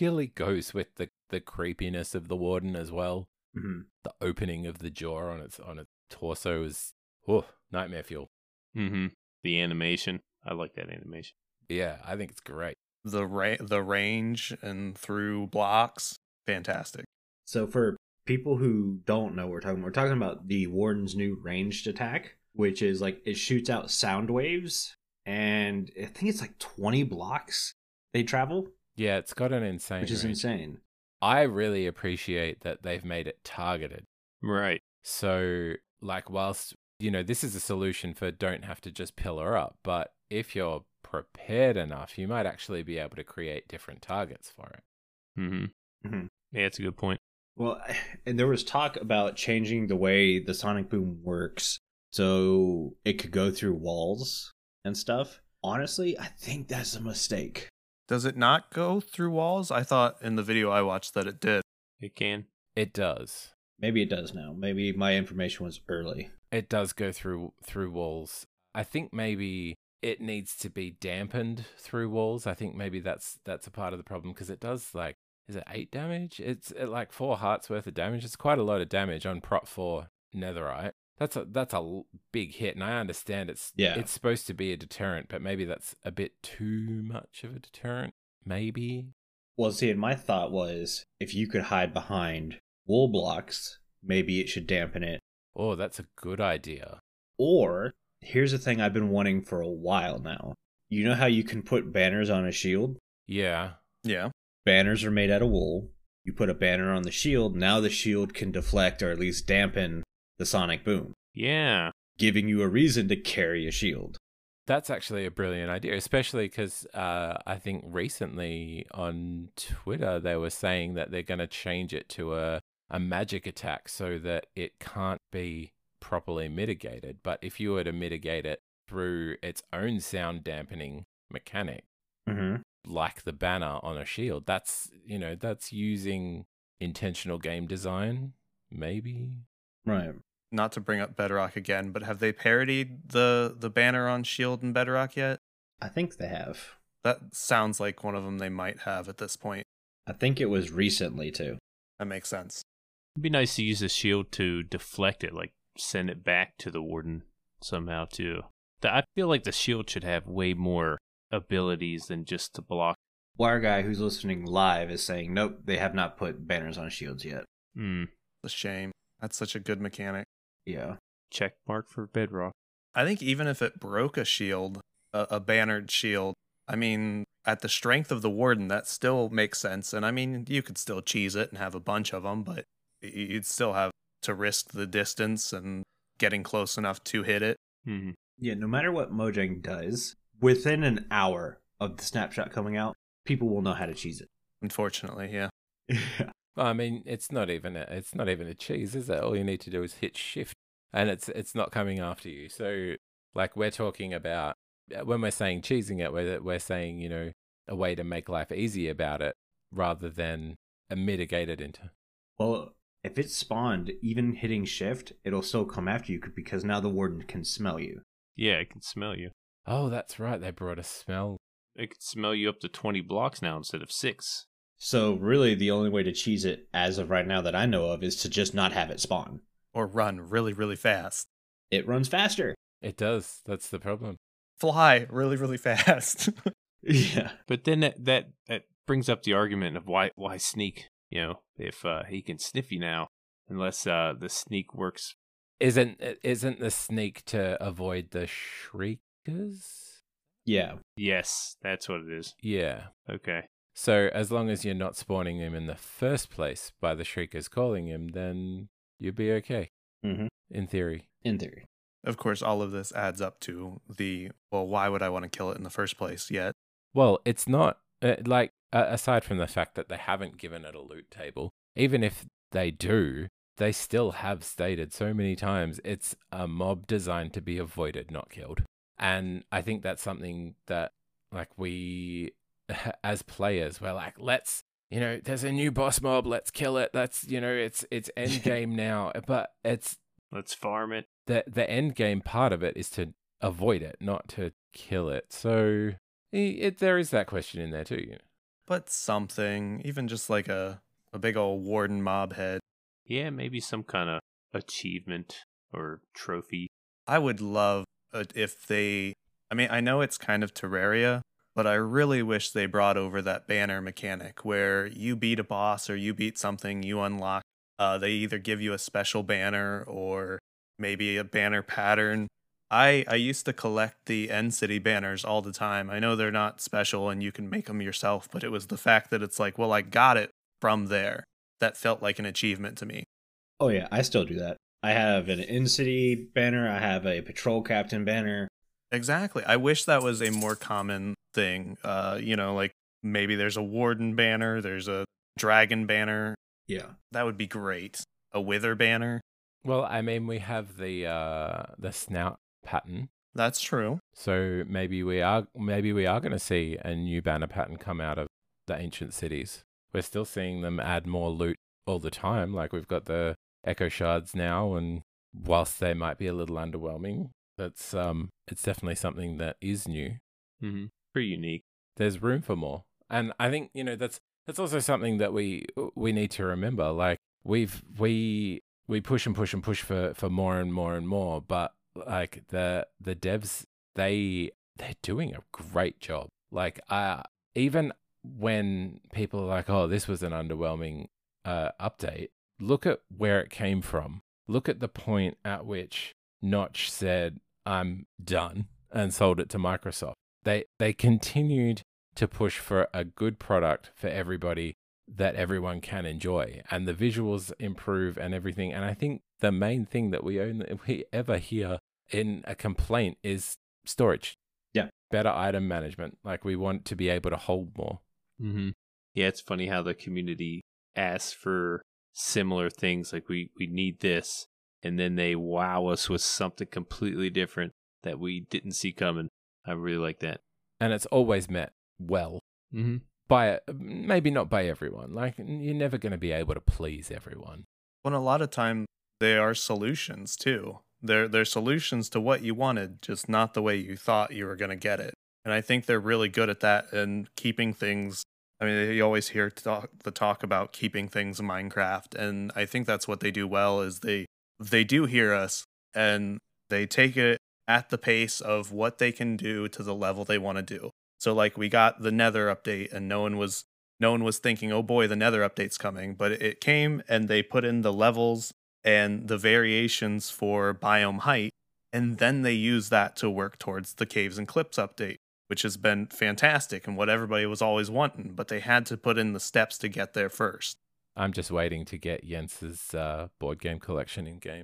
Speaker 4: really goes with the, the creepiness of the warden as well.
Speaker 1: Mm-hmm.
Speaker 4: The opening of the jaw on its on its torso is oh, nightmare fuel.
Speaker 2: Mm-hmm. The animation. I like that animation.
Speaker 4: Yeah, I think it's great.
Speaker 3: The ra- the range and through blocks, fantastic.
Speaker 1: So for people who don't know what we're talking we're talking about the Warden's new ranged attack, which is like it shoots out sound waves and I think it's like 20 blocks they travel,
Speaker 4: Yeah, it's got an insane
Speaker 1: which is
Speaker 4: range.
Speaker 1: insane.
Speaker 4: I really appreciate that they've made it targeted.
Speaker 2: Right.
Speaker 4: So, like, whilst, you know, this is a solution for don't have to just pillar up, but if you're prepared enough, you might actually be able to create different targets for it.
Speaker 2: Mm-hmm.
Speaker 1: Mhm.
Speaker 2: Yeah, that's a good point.
Speaker 1: Well, and there was talk about changing the way the sonic boom works so it could go through walls and stuff. Honestly, I think that's a mistake.
Speaker 3: Does it not go through walls? I thought in the video I watched that it did.
Speaker 2: It can.
Speaker 4: It does.
Speaker 1: Maybe it does now. Maybe my information was early.
Speaker 4: It does go through through walls. I think maybe it needs to be dampened through walls. I think maybe that's that's a part of the problem because it does like is it eight damage? It's uh, like four hearts worth of damage. It's quite a lot of damage on prop four netherite. That's a that's a l- big hit, and I understand it's
Speaker 1: Yeah.
Speaker 4: it's supposed to be a deterrent, but maybe that's a bit too much of a deterrent. Maybe
Speaker 1: Well, see, and my thought was if you could hide behind wool blocks, maybe it should dampen it.
Speaker 4: oh, that's a good idea.
Speaker 1: Or here's the thing I've been wanting for a while now. You know how you can put banners on a shield?
Speaker 4: Yeah,
Speaker 3: Yeah.
Speaker 1: Banners are made out of wool. You put a banner on the shield, now the shield can deflect or at least dampen the sonic boom,
Speaker 2: Yeah.
Speaker 1: giving you a reason to carry a shield.
Speaker 4: That's actually a brilliant idea, especially because uh, I think recently on Twitter they were saying that they're going to change it to a, a magic attack so that it can't be properly mitigated. But if you were to mitigate it through its own sound dampening mechanic,
Speaker 1: Mm-hmm.
Speaker 4: like the banner on a shield, that's you know that's using intentional game design, maybe.
Speaker 1: Right.
Speaker 3: Not to bring up Bedrock again, but have they parodied the the banner on Shield E and Bedrock yet?
Speaker 1: I think they have.
Speaker 3: That sounds like one of them they might have at this point.
Speaker 1: I think it was recently, too.
Speaker 3: That makes sense.
Speaker 2: It'd be nice to use the shield to deflect it, like send it back to the warden somehow too. Th- I feel like the shield should have way more abilities than just to block.
Speaker 1: Wire guy who's listening live is saying, nope, they have not put banners on shields yet.
Speaker 2: Mm,
Speaker 3: It's a shame. That's such a good mechanic.
Speaker 1: Yeah.
Speaker 2: check mark for bedrock.
Speaker 3: I think even if it broke a shield, a, a bannered shield, I mean, at the strength of the warden, that still makes sense. And I mean, you could still cheese it and have a bunch of them, but y- you'd still have to risk the distance and getting close enough to hit it.
Speaker 2: Mm.
Speaker 1: Yeah, no matter what Mojang does, within an hour of the snapshot coming out, people will know how to cheese
Speaker 3: Unfortunately, yeah.
Speaker 1: it.
Speaker 4: I mean, it's not even a, it's not even a cheese, is it? All you need to do is hit shift, and it's it's not coming after you. So, like we're talking about uh, when we're saying cheesing it, we're we're saying you know a way to make life easy about it rather than a mitigate it into.
Speaker 1: well, if it's spawned, even hitting shift, it'll still come after you because now the warden can smell you.
Speaker 2: Yeah, it can smell you.
Speaker 4: Oh, that's right. They brought a smell.
Speaker 2: It can smell you up to 20 blocks now instead of six.
Speaker 1: So really, the only way to cheese it as of right now that I know of is to just not have it spawn.
Speaker 3: Or run really, really fast.
Speaker 1: It runs faster.
Speaker 4: It does. That's the problem.
Speaker 3: Fly really, really fast.
Speaker 1: Yeah.
Speaker 2: But then that, that, that brings up the argument of why, why sneak, you know, if uh, he can sniff you now, unless uh, the sneak works.
Speaker 4: Isn't isn't the sneak to avoid the shriekers?
Speaker 1: Yeah.
Speaker 2: Yes, that's what it is.
Speaker 4: Yeah.
Speaker 2: Okay.
Speaker 4: So as long as you're not spawning them in the first place by the shriekers calling him, then you'll be okay
Speaker 1: Mm-hmm.
Speaker 4: in theory.
Speaker 1: In theory.
Speaker 3: of course, all of this adds up to the well, why would I want to kill it in the first place yet?
Speaker 4: Well, it's not uh, like uh, aside from the fact that they haven't given it a loot table. Even if they do, they still have stated so many times it's a mob designed to be avoided, not killed. And I think that's something that like we as players we're like let's you know there's a new boss mob let's kill it that's you know it's it's end game now but it's
Speaker 2: Let's farm it.
Speaker 4: the the end game part of it is to avoid it not to kill it so i- it, there is that question in there too you know?
Speaker 3: But something, even just like a, a big old warden mob head.
Speaker 2: Yeah, maybe some kind of achievement or trophy.
Speaker 3: I would love it if they. I mean, I know it's kind of Terraria, but I really wish they brought over that banner mechanic where you beat a boss or you beat something, you unlock. Uh, they either give you a special banner or maybe a banner pattern. I I used to collect the End City banners all the time. I know they're not special and you can make them yourself, but it was the fact that it's like, well, I got it from there. That felt like an achievement to me.
Speaker 1: Oh yeah, I still do that. I have an in city banner. I have a patrol captain banner.
Speaker 3: Exactly. I wish that was a more common thing. Uh, you know, like maybe there's a warden banner, there's a dragon banner.
Speaker 1: Yeah.
Speaker 3: That would be great. A wither banner.
Speaker 4: well i mean we have the uh the snout pattern
Speaker 3: That's true.
Speaker 4: so maybe we are maybe we are going to see a new banner pattern come out of the ancient cities we're still seeing them add more loot all the time like we've got the echo shards now and whilst they might be a little underwhelming that's um it's definitely something that is new
Speaker 2: Mm-hmm. Pretty unique.
Speaker 4: there's room for more and i think you know that's that's also something that we we need to remember like we've we we push and push and push for for more and more and more but like the the devs they they're doing a great job like uh even when people are like oh this was an underwhelming uh update look at where it came from look at the point at which notch said i'm done and sold it to microsoft they they continued to push for a good product for everybody that everyone can enjoy and the visuals improve and everything and i think the main thing that we own we ever hear in a complaint is storage
Speaker 1: Yeah.
Speaker 4: better item management like we want to be able to hold more
Speaker 2: Mm-hmm. Yeah, it's funny how the community asks for similar things like we we need this, and then they wow us with something completely different that we didn't see coming. I really like that.
Speaker 4: and it's always met well
Speaker 2: Mm-hmm.
Speaker 4: by maybe not by everyone like you're never going to be able to please everyone
Speaker 3: When a lot of time they are solutions too. They're they're solutions to what you wanted, just not the way you thought you were gonna get it. And I think they're really good at that and keeping things I mean, you always hear talk, the talk about keeping things in Minecraft, and I think that's what they do well is they they do hear us and they take it at the pace of what they can do to the level they want to do. So like we got the Nether update and no one was no one was thinking, "Oh boy, the Nether update's coming," but it came and they put in the levels and the variations for biome height and then they use that to work towards the Caves and Cliffs update which has been fantastic and what everybody was always wanting, but they had to put in the steps to get there first.
Speaker 4: i'm just waiting to get jens's uh, board game collection in game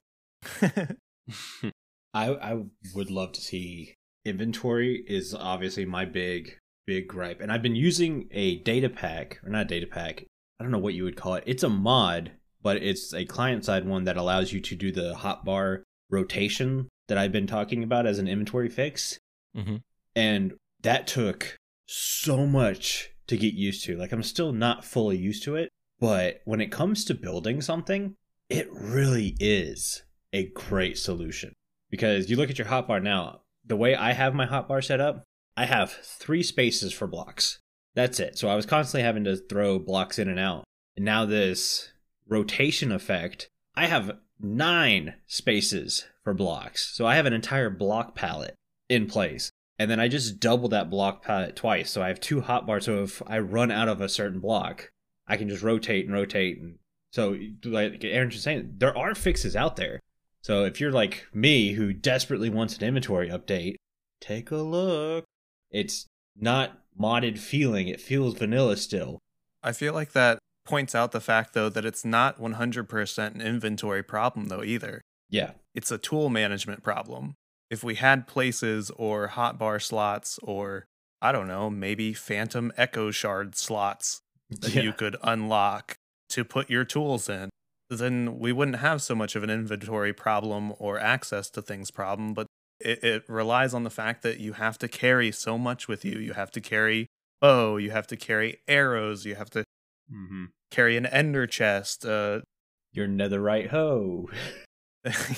Speaker 2: Mm-hmm.
Speaker 1: I I would love to see inventory is obviously my big big gripe, and I've been using a data pack or not data pack. I don't know what you would call it. It's a mod, but it's a client side one that allows you to do the hotbar rotation that I've been talking about as an inventory fix,
Speaker 4: mm-hmm.
Speaker 1: and that took so much to get used to. Like I'm still not fully used to it, but when it comes to building something, it really is a great solution because you look at your hotbar now. The way I have my hotbar set up, I have three spaces for blocks. That's it. So I was constantly having to throw blocks in and out. And now this rotation effect, I have nine spaces for blocks. So I have an entire block palette in place. And then I just double that block palette twice. So I have two hotbars. So if I run out of a certain block, I can just rotate and rotate. And so, like Aaron's just saying, there are fixes out there. So if you're like me, who desperately wants an inventory update, take a look. It's not modded feeling. It feels vanilla still.
Speaker 3: I feel like that points out the fact, though, that it's not 100% an inventory problem, though, either.
Speaker 1: Yeah.
Speaker 3: It's a tool management problem. If we had places or hotbar slots or, I don't know, maybe phantom echo shard slots that
Speaker 1: Yeah.
Speaker 3: you could unlock to put your tools in, then we wouldn't have so much of an inventory problem or access to things problem. But it, it relies on the fact that you have to carry so much with you. You have to carry bow, you have to carry arrows, you have to
Speaker 2: Mm-hmm.
Speaker 3: carry an ender chest. Uh,
Speaker 1: Your netherite hoe.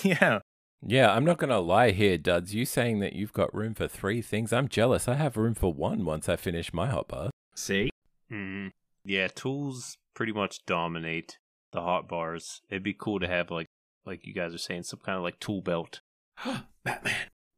Speaker 3: yeah,
Speaker 4: Yeah, I'm not gonna lie here, Duds. You saying that you've got room for three things? I'm jealous. I have room for one once I finish my hotbar.
Speaker 1: See?
Speaker 2: Mm. Yeah, tools pretty much dominate the hot bars. It'd be cool to have like like you guys are saying some kind of like tool belt.
Speaker 1: Batman.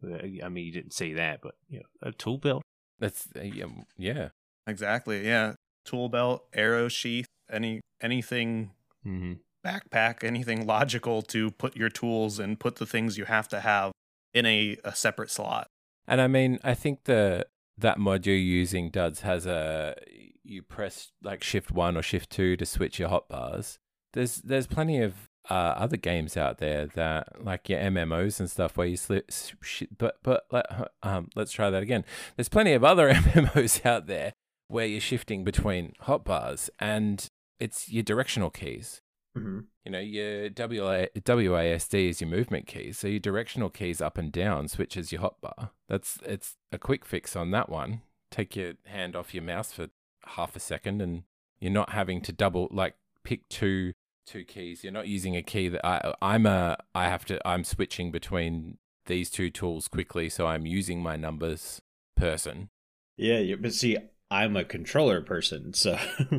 Speaker 2: Uh, I mean, you didn't say that, but you know, a tool belt.
Speaker 4: That's uh, yeah, m- yeah.
Speaker 3: exactly. Yeah, tool belt, arrow sheath, any anything,
Speaker 2: Mm-hmm.
Speaker 3: backpack, anything logical to put your tools and put the things you have to have in a, a separate slot.
Speaker 4: And I mean, I think the that mod you're using, Duds, has a you press like shift one or shift two to switch your hotbars. There's there's plenty of uh, other games out there that like your MMOs and stuff where you slip. Sh- but but let, um, let's try that again. There's plenty of other MMOs out there where you're shifting between hotbars and it's your directional keys.
Speaker 1: hmm
Speaker 4: You know, your WA, WASD is your movement key. So your directional keys up and down switches your hotbar. That's it's a quick fix on that one. Take your hand off your mouse for half a second and you're not having to double like pick two two keys. You're not using a key that I I'm a I have to I'm switching between these two tools quickly so I'm using my numbers person.
Speaker 1: Yeah, you- but see, I'm a controller person, so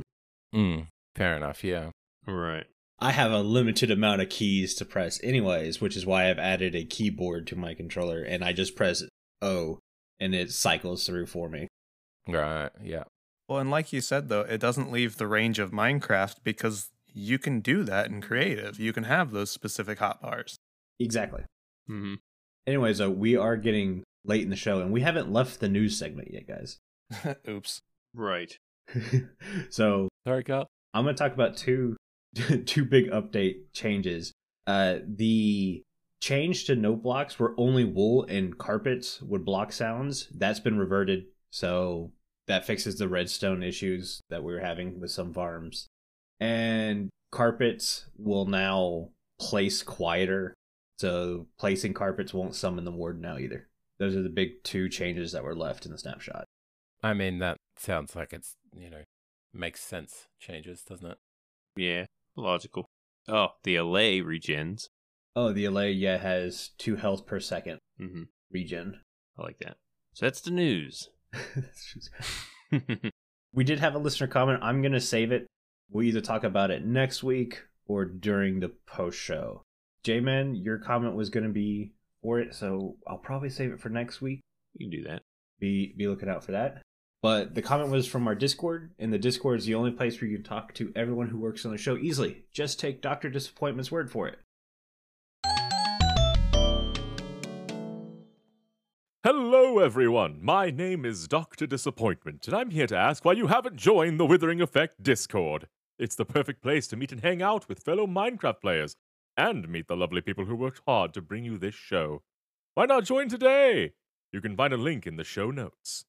Speaker 4: Mm, fair enough, yeah.
Speaker 2: Right.
Speaker 1: I have a limited amount of keys to press, anyways, which is why I've added a keyboard to my controller, and I just press O, and it cycles through for me.
Speaker 4: Right, yeah.
Speaker 3: Well, and like you said though, it doesn't leave the range of Minecraft because you can do that in creative. You can have those specific hotbars.
Speaker 1: Exactly.
Speaker 2: Mm-hmm.
Speaker 1: Anyways, though, we are getting late in the show, and we haven't left the news segment yet, guys.
Speaker 3: Oops.
Speaker 2: Right.
Speaker 1: so
Speaker 4: Sorry, Carl.
Speaker 1: I'm going to talk about two two big update changes. Uh, the change to note blocks where only wool and carpets would block sounds that's been reverted, so that fixes the redstone issues that we were having with some farms. And carpets will now place quieter, so placing carpets won't summon the ward now either. Those are the big two changes that were left in the snapshot.
Speaker 4: I mean, that sounds like it's, you know, makes sense changes, doesn't it?
Speaker 2: Yeah. Logical. Oh, the LA regens.
Speaker 1: Oh, the Alea has two health per second
Speaker 2: Mm-hmm.
Speaker 1: regen.
Speaker 2: I like that. So that's the news.
Speaker 1: we did have a listener comment. I'm going to save it. We'll either talk about it next week or during the post show. J Man, your comment was going to be for it, so I'll probably save it for next week.
Speaker 2: you can do that.
Speaker 1: Be be looking out for that. But the comment was from our Discord, and the Discord is the only place where you can talk to everyone who works on the show easily. Just take Doctor Disappointment's word for it.
Speaker 5: Hello, everyone. My name is Dr. Disappointment, and I'm here to ask why you haven't joined the Withering Effect Discord. It's the perfect place to meet and hang out with fellow Minecraft players and meet the lovely people who worked hard to bring you this show. Why not join today? You can find a link in the show notes.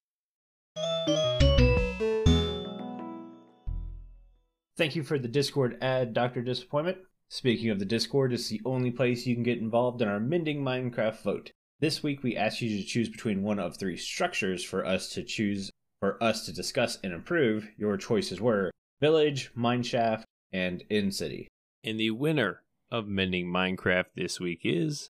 Speaker 1: Thank you for the Discord ad, Dr. Disappointment. Speaking of the Discord, it's the only place you can get involved in our Mending Minecraft vote. This week we asked you to choose between one of three structures for us to choose for us to discuss and improve. Your choices were Village, Mineshaft, and In City.
Speaker 2: And the winner of Mending Minecraft this week is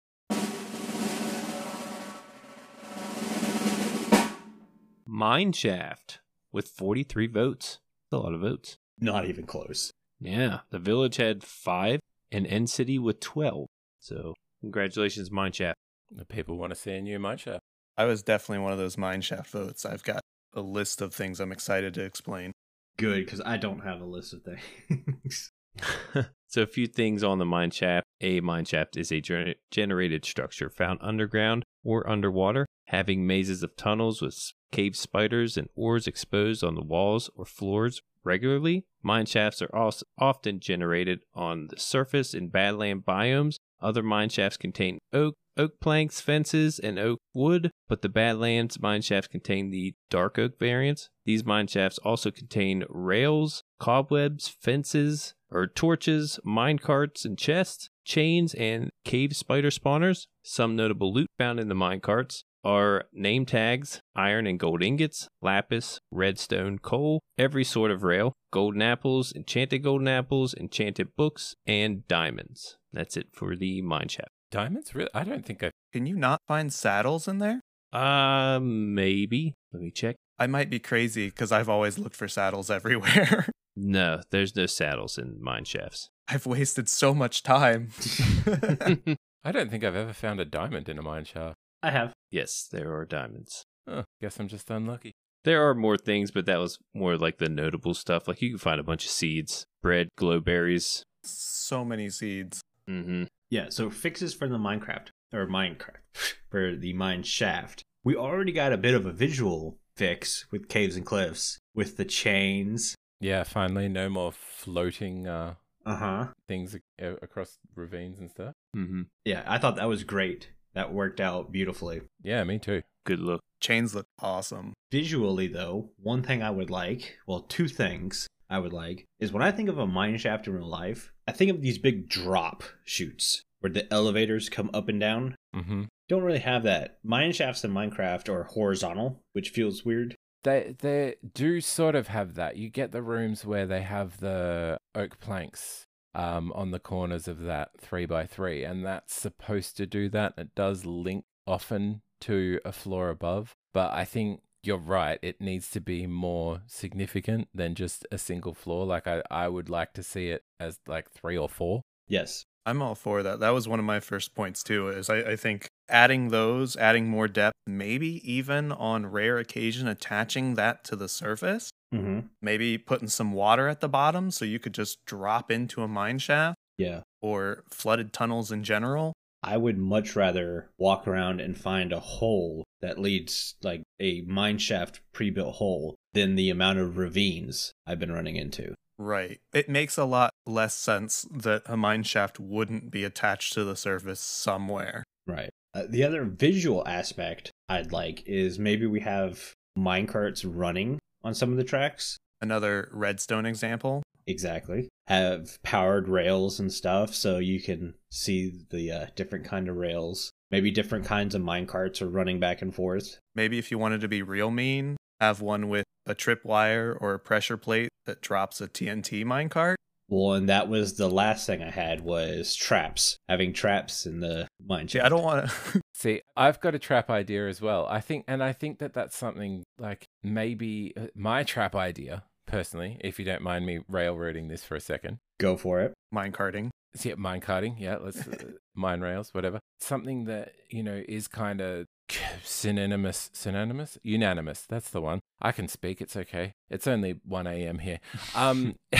Speaker 2: Mineshaft with 43 votes. That's a lot of votes.
Speaker 1: Not even close.
Speaker 2: Yeah, the village had five and End City with 12. So, congratulations, Mineshaft.
Speaker 4: The people want to see a new Mindshaft.
Speaker 3: I was definitely one of those mineshaft votes. I've got a list of things I'm excited to explain.
Speaker 1: Good, because I don't have a list of things.
Speaker 2: so a few things on the mine shaft. A mine shaft is a gener- generated structure found underground or underwater, having mazes of tunnels with s- cave spiders and ores exposed on the walls or floors regularly. Mine shafts are also often generated on the surface in badland biomes. Other mine shafts contain oak, oak planks, fences, and oak wood, but the Badlands mine shafts contain the dark oak variants. These mine shafts also contain rails, cobwebs, fences, or torches, mine carts and chests, chains, and cave spider spawners. Some notable loot found in the mine carts are name tags, iron and gold ingots, lapis, redstone, coal, every sort of rail, golden apples, enchanted golden apples, enchanted books, and diamonds. That's it for the mine shaft.
Speaker 4: Diamonds? Really? I don't think I.
Speaker 3: Can you not find saddles in there?
Speaker 2: Uh, maybe. Let me check.
Speaker 3: I might be crazy because I've always looked for saddles everywhere.
Speaker 2: No, there's no saddles in mine shafts.
Speaker 3: I've wasted so much time.
Speaker 4: I don't think I've ever found a diamond in a mine shaft.
Speaker 1: I have.
Speaker 2: yes, there are diamonds.
Speaker 4: Huh, guess I'm just unlucky.
Speaker 2: There are more things, but that was more like the notable stuff. Like you can find a bunch of seeds, bread, glowberries.
Speaker 3: so many seeds.
Speaker 2: Mm-hmm.
Speaker 1: Yeah, so fixes for the Minecraft, or Minecraft, for the mine shaft. We already got a bit of a visual fix with caves and cliffs, with the chains.
Speaker 4: Yeah, finally, no more floating uh,
Speaker 1: Uh huh.
Speaker 4: things ac- a- across ravines and stuff.
Speaker 2: Mm-hmm.
Speaker 1: Yeah, I thought that was great. That worked out beautifully.
Speaker 4: Yeah, me too.
Speaker 2: Good look.
Speaker 3: Chains look awesome.
Speaker 1: Visually, though, one thing I would like, well, two things I would like, is when I think of a mine shaft in real life, I think of these big drop chutes where the elevators come up and down.
Speaker 4: Mm-hmm.
Speaker 1: Don't really have that. Mine shafts in Minecraft are horizontal, which feels weird.
Speaker 4: They they do sort of have that. You get the rooms where they have the oak planks um, on the corners of that three by three, and that's supposed to do that. It does link often to a floor above, but I think you're right. It needs to be more significant than just a single floor. Like I, I would like to see it as like three or four.
Speaker 1: Yes.
Speaker 3: I'm all for that. That was one of my first points too. Is I, I think adding those, adding more depth, maybe even on rare occasion attaching that to the surface.
Speaker 1: Mm hmm.
Speaker 3: Maybe putting some water at the bottom so you could just drop into a mine shaft
Speaker 1: Yeah.
Speaker 3: or flooded tunnels in general.
Speaker 1: I would much rather walk around and find a hole that leads like a mine shaft pre built hole than the amount of ravines I've been running into.
Speaker 3: Right. It makes a lot less sense that a mine shaft wouldn't be attached to the surface somewhere.
Speaker 1: Right. Uh, the other visual aspect I'd like is maybe we have minecarts running on some of the tracks.
Speaker 3: Another redstone example.
Speaker 1: Exactly. Have powered rails and stuff so you can see the uh, different kind of rails. Maybe different kinds of minecarts are running back and forth.
Speaker 3: Maybe if you wanted to be real mean, have one with a tripwire or a pressure plate that drops a TNT minecart.
Speaker 1: Well, and that was the last thing I had was traps. Having traps in the mine
Speaker 3: Gee,
Speaker 1: shaft.
Speaker 3: I don't want to.
Speaker 4: See, I've got a trap idea as well. I think, and I think that that's something like maybe uh, my trap idea, personally, if you don't mind me railroading this for a second.
Speaker 1: go for it.
Speaker 3: minecarting.
Speaker 4: See, yeah, mine carting, yeah, let's uh, mine rails, whatever. Something that you know is kind of synonymous, synonymous, unanimous. That's the one. I can speak. It's okay. It's only one a.m. here. Um,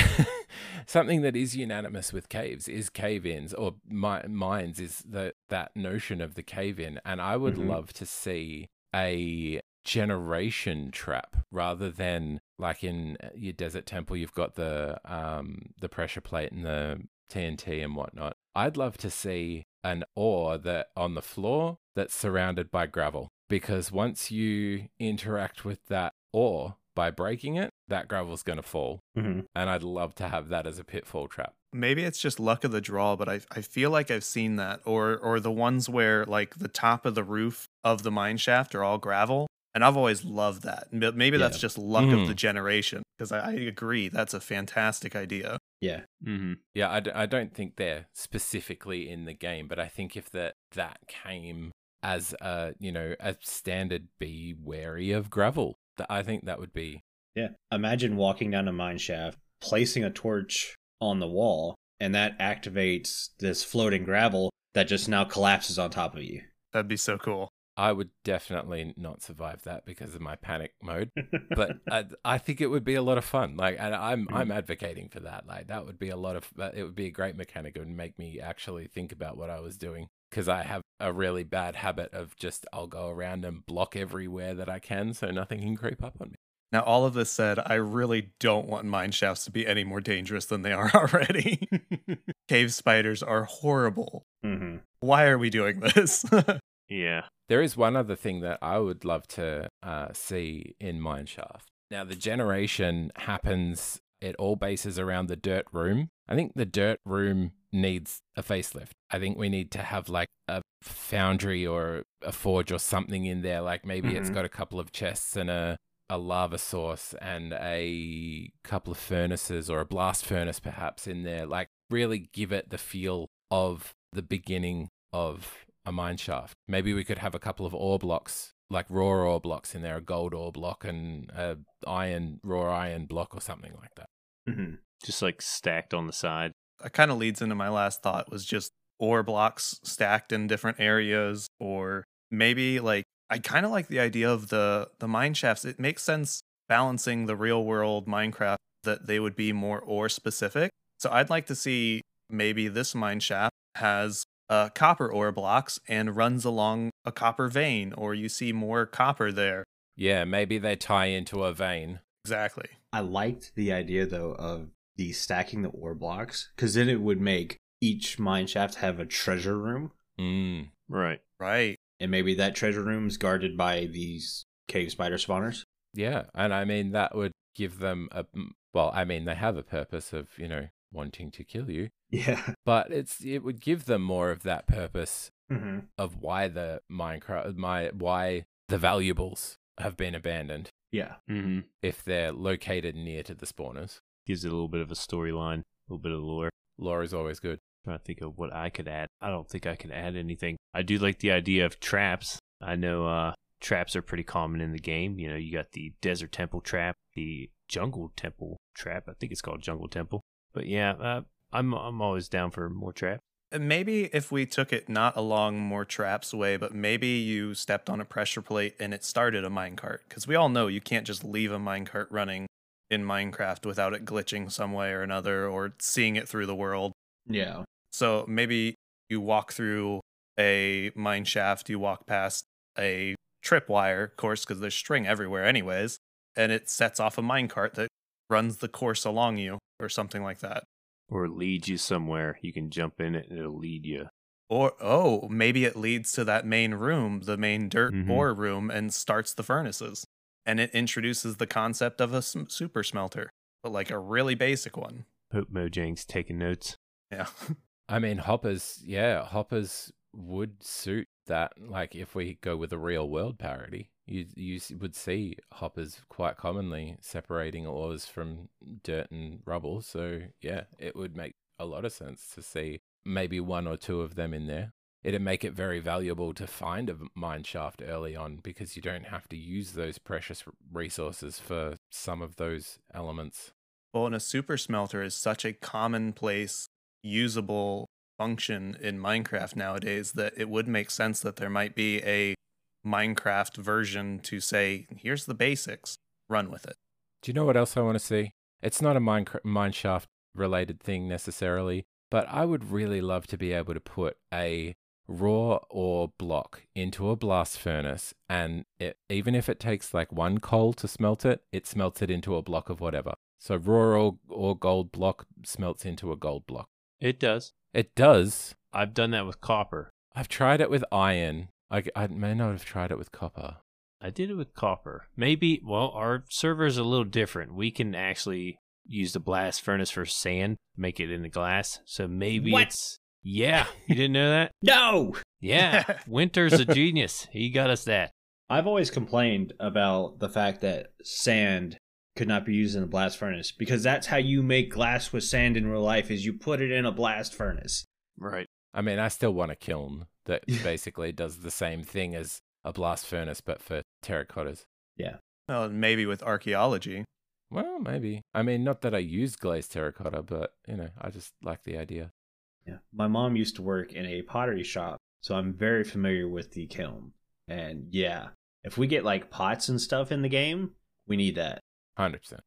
Speaker 4: something that is unanimous with caves is cave ins or mi- mines is the that notion of the cave in, and I would
Speaker 1: Mhm.
Speaker 4: love to see a generation trap rather than like in uh, your desert temple you've got the um the pressure plate and the TNT and whatnot. I'd love to see an ore that on the floor that's surrounded by gravel because once you interact with that ore by breaking it, that gravel's going to fall.
Speaker 1: Mm-hmm.
Speaker 4: And I'd love to have that as a pitfall trap.
Speaker 3: Maybe it's just luck of the draw, but I, I feel like I've seen that. Or, or the ones where, like, the top of the roof of the mine shaft are all gravel And I've always loved that. But maybe
Speaker 1: Yeah.
Speaker 3: that's just luck
Speaker 4: Mm.
Speaker 3: of the generation because I, I agree that's a fantastic idea.
Speaker 1: Yeah.
Speaker 2: Mm-hmm.
Speaker 4: Yeah, I, d- I don't think they're specifically in the game, but I think if that that came as a you know a standard, be wary of gravel. That I think that would be
Speaker 1: Yeah. Imagine walking down a mine shaft, placing a torch on the wall, and that activates this floating gravel that just now collapses on top of you.
Speaker 3: That'd be so cool.
Speaker 4: I would definitely not survive that because of my panic mode. But I, I think it would be a lot of fun. Like, and I'm I'm advocating for that. Like, that would be a lot of. uh, It would be a great mechanic. It would make me actually think about what I was doing because I have a really bad habit of just I'll go around and block everywhere that I can so nothing can creep up on me.
Speaker 3: Now, all of this said, I really don't want mine shafts to be any more dangerous than they are already. Cave spiders are horrible.
Speaker 1: hmm
Speaker 3: Why are we doing this?
Speaker 2: Yeah.
Speaker 4: There is one other thing that I would love to uh, see in Mineshaft. Now, the generation happens, it all bases around the dirt room. I think the dirt room needs a facelift. I think we need to have like a foundry or a forge or something in there. Like maybe it's
Speaker 2: Mhm.
Speaker 4: got a couple of chests and a, a lava source and a couple of furnaces or a blast furnace perhaps in there. Like really give it the feel of the beginning of a mine shaft. Maybe we could have a couple of ore blocks, like raw ore blocks in there, a gold ore block and a iron raw iron block or something like that.
Speaker 1: hmm
Speaker 2: Just like stacked on the side.
Speaker 3: that kind of leads into my last thought was just ore blocks stacked in different areas or maybe like I kind of like the idea of the the mine shafts. It makes sense balancing the real world Minecraft that they would be more ore specific. So I'd like to see maybe this mine shaft has uh, copper ore blocks and runs along a copper vein, or you see more copper there.
Speaker 4: Yeah, maybe they tie into a vein.
Speaker 3: Exactly.
Speaker 1: I liked the idea though of the stacking the ore blocks because then it would make each mine shaft have a treasure room,
Speaker 4: Mm.
Speaker 2: Right.
Speaker 3: Right.
Speaker 1: and maybe that treasure room is guarded by these cave spider spawners.
Speaker 4: Yeah, and I mean that would give them a well, I mean they have a purpose of, you know, wanting to kill you,
Speaker 1: Yeah.
Speaker 4: but it's it would give them more of that purpose
Speaker 1: hmm
Speaker 4: of why the Minecraft my why the valuables have been abandoned
Speaker 1: Yeah.
Speaker 2: Mm-hmm.
Speaker 4: if they're located near to the spawners.
Speaker 2: Gives it a little bit of a storyline, a little bit of lore.
Speaker 4: Lore is always good.
Speaker 2: trying to think of what I could add. I don't think I can add anything. I do like the idea of traps. I know uh, traps are pretty common in the game. You know, you got the desert temple trap, the jungle temple trap. I think it's called jungle temple. But yeah, uh, I'm I'm always down for more traps.
Speaker 3: And Maybe if we took it not along more traps way, but maybe you stepped on a pressure plate and it started a minecart. Because we all know you can't just leave a minecart running in Minecraft without it glitching some way or another or seeing it through the world.
Speaker 1: Yeah.
Speaker 3: So maybe you walk through a mine shaft, you walk past a tripwire, of course, because there's string everywhere, anyways, and it sets off a minecart that runs the course along you or something like that.
Speaker 2: Or lead you somewhere. You can jump in it and it'll lead you.
Speaker 3: Or oh, maybe it leads to that main room, the main dirt
Speaker 2: Mhm.
Speaker 3: ore room, and starts the furnaces. And it introduces the concept of a s- super smelter, but like a really basic one.
Speaker 2: Hope Mojang's taking notes.
Speaker 3: Yeah,
Speaker 4: I mean, hoppers, yeah, hoppers would suit that. Like, if we go with a real world parody, you you s- would see hoppers quite commonly separating ores from dirt and rubble. So yeah, it would make a lot of sense to see maybe one or two of them in there. It'd make it very valuable to find a mine shaft early on because you don't have to use those precious r- resources for some of those elements.
Speaker 3: well, and a super smelter is such a commonplace, usable function in Minecraft nowadays that it would make sense that there might be a Minecraft version to say, here's the basics, run with it.
Speaker 4: Do you know what else I want to see? It's not a mine mineshaft related thing necessarily, but I would really love to be able to put a raw ore block into a blast furnace, and it, even if it takes like one coal to smelt it, it smelts it into a block of whatever. So raw ore or gold block smelts into a gold block.
Speaker 2: It does.
Speaker 4: It does.
Speaker 2: I've done that with copper.
Speaker 4: I've tried it with iron. I, I may not have tried it with copper.
Speaker 2: I did it with copper. Maybe, well, our server's a little different. We can actually use the blast furnace for sand, make it into glass. So maybe
Speaker 1: What?
Speaker 2: it's. Yeah. You didn't know that?
Speaker 1: No.
Speaker 2: Yeah. Winter's a genius. He got us that.
Speaker 1: I've always complained about the fact that sand could not be used in a blast furnace because that's how you make glass with sand in real life is you put it in a blast furnace.
Speaker 2: Right.
Speaker 4: I mean, I still want a kiln that basically does the same thing as a blast furnace, but for terracottas.
Speaker 3: Well, maybe with archaeology.
Speaker 4: Well, maybe. I mean, not that I use glazed terracotta, but you know, I just like the idea.
Speaker 1: Yeah. My mom used to work in a pottery shop, so I'm very familiar with the kiln. And yeah, if we get like pots and stuff in the game, we need that.
Speaker 4: Hundred percent.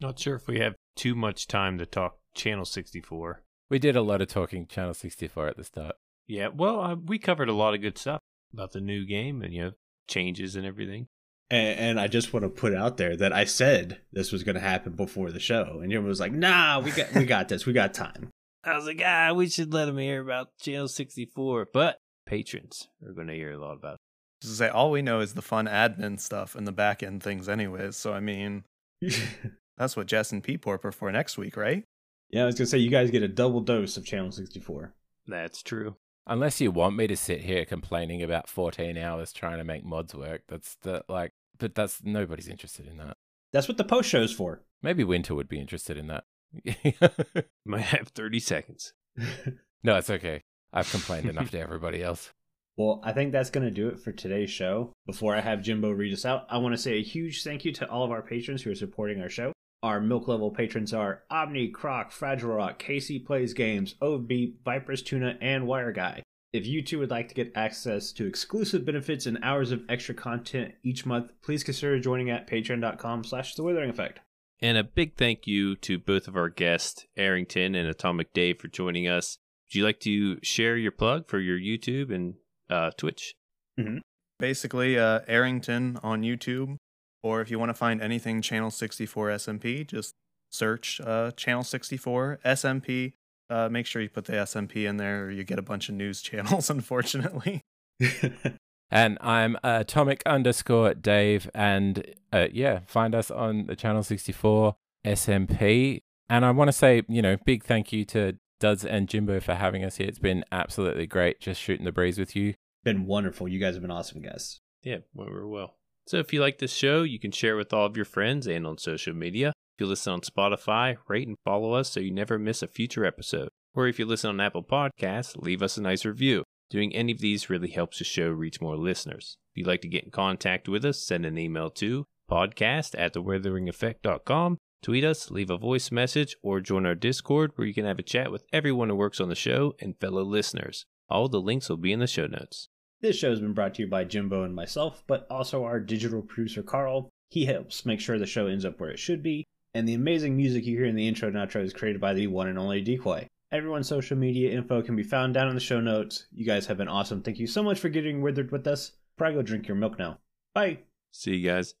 Speaker 2: Not sure if we have too much time to talk Channel 64.
Speaker 4: We did a lot of talking Channel 64 at the start.
Speaker 2: Yeah, well, uh, we covered a lot of good stuff about the new game and, you know, changes and everything.
Speaker 1: And, and I just want to put out there that I said this was going to happen before the show, and everyone was like, "Nah, we got we got this. We got time."
Speaker 2: I was like, ah, we should let them hear about Channel 64. But patrons are going to hear a lot about it.
Speaker 3: Just to say, all we know is the fun admin stuff and the back end things, anyways. So, I mean, that's what Jess and Pete Porper for next week, right?
Speaker 1: yeah, I was gonna say you guys get a double dose of Channel 64.
Speaker 2: That's true.
Speaker 4: Unless you want me to sit here complaining about 14 hours trying to make mods work, that's the like, but that's nobody's interested in that.
Speaker 1: That's what the post show's for.
Speaker 4: Maybe Winter would be interested in that.
Speaker 2: Might have 30 seconds.
Speaker 4: no, it's okay. I've complained enough to everybody else.
Speaker 1: Well, I think that's going to do it for today's show. Before I have Jimbo read us out, I want to say a huge thank you to all of our patrons who are supporting our show. Our milk level patrons are Omni, Croc, Fragile Rock, Casey Plays Games, OB, Vipers Tuna, and Wire Guy. If you too would like to get access to exclusive benefits and hours of extra content each month, please consider joining at patreon.com slash the withering effect.
Speaker 2: And a big thank you to both of our guests, Arrington and Atomic Dave, for joining us. Would you like to share your plug for your YouTube and uh, Twitch?
Speaker 3: Basically, uh, Arrington on YouTube, or if you want to find anything Channel 64 SMP, just search uh, Channel 64 SMP. Uh, make sure you put the SMP in there, or you get a bunch of news channels, unfortunately.
Speaker 4: And I'm atomic underscore Dave. And uh, yeah, find us on the Channel 64 SMP. And I want to say, you know, big thank you to Duds and Jimbo for having us here. It's been absolutely great just shooting the breeze with you.
Speaker 1: been wonderful. You guys have been awesome guests.
Speaker 2: Yeah, we were well. So if you like this show, you can share with all of your friends and on social media. If you listen on Spotify, rate and follow us so you never miss a future episode. Or if you listen on Apple Podcasts, leave us a nice review. Doing any of these really helps the show reach more listeners. If you'd like to get in contact with us, send an email to podcast at theweatheringeffect.com, tweet us, leave a voice message, or join our Discord where you can have a chat with everyone who works on the show and fellow listeners. All the links will be in the show notes.
Speaker 1: This show has been brought to you by Jimbo and myself, but also our digital producer Carl. He helps make sure the show ends up where it should be, and the amazing music you hear in the intro and outro is created by the one and only Decoy. Everyone's social media info can be found down in the show notes. You guys have been awesome. Thank you so much for getting withered with us. Probably go drink your milk now. Bye.
Speaker 2: See you guys.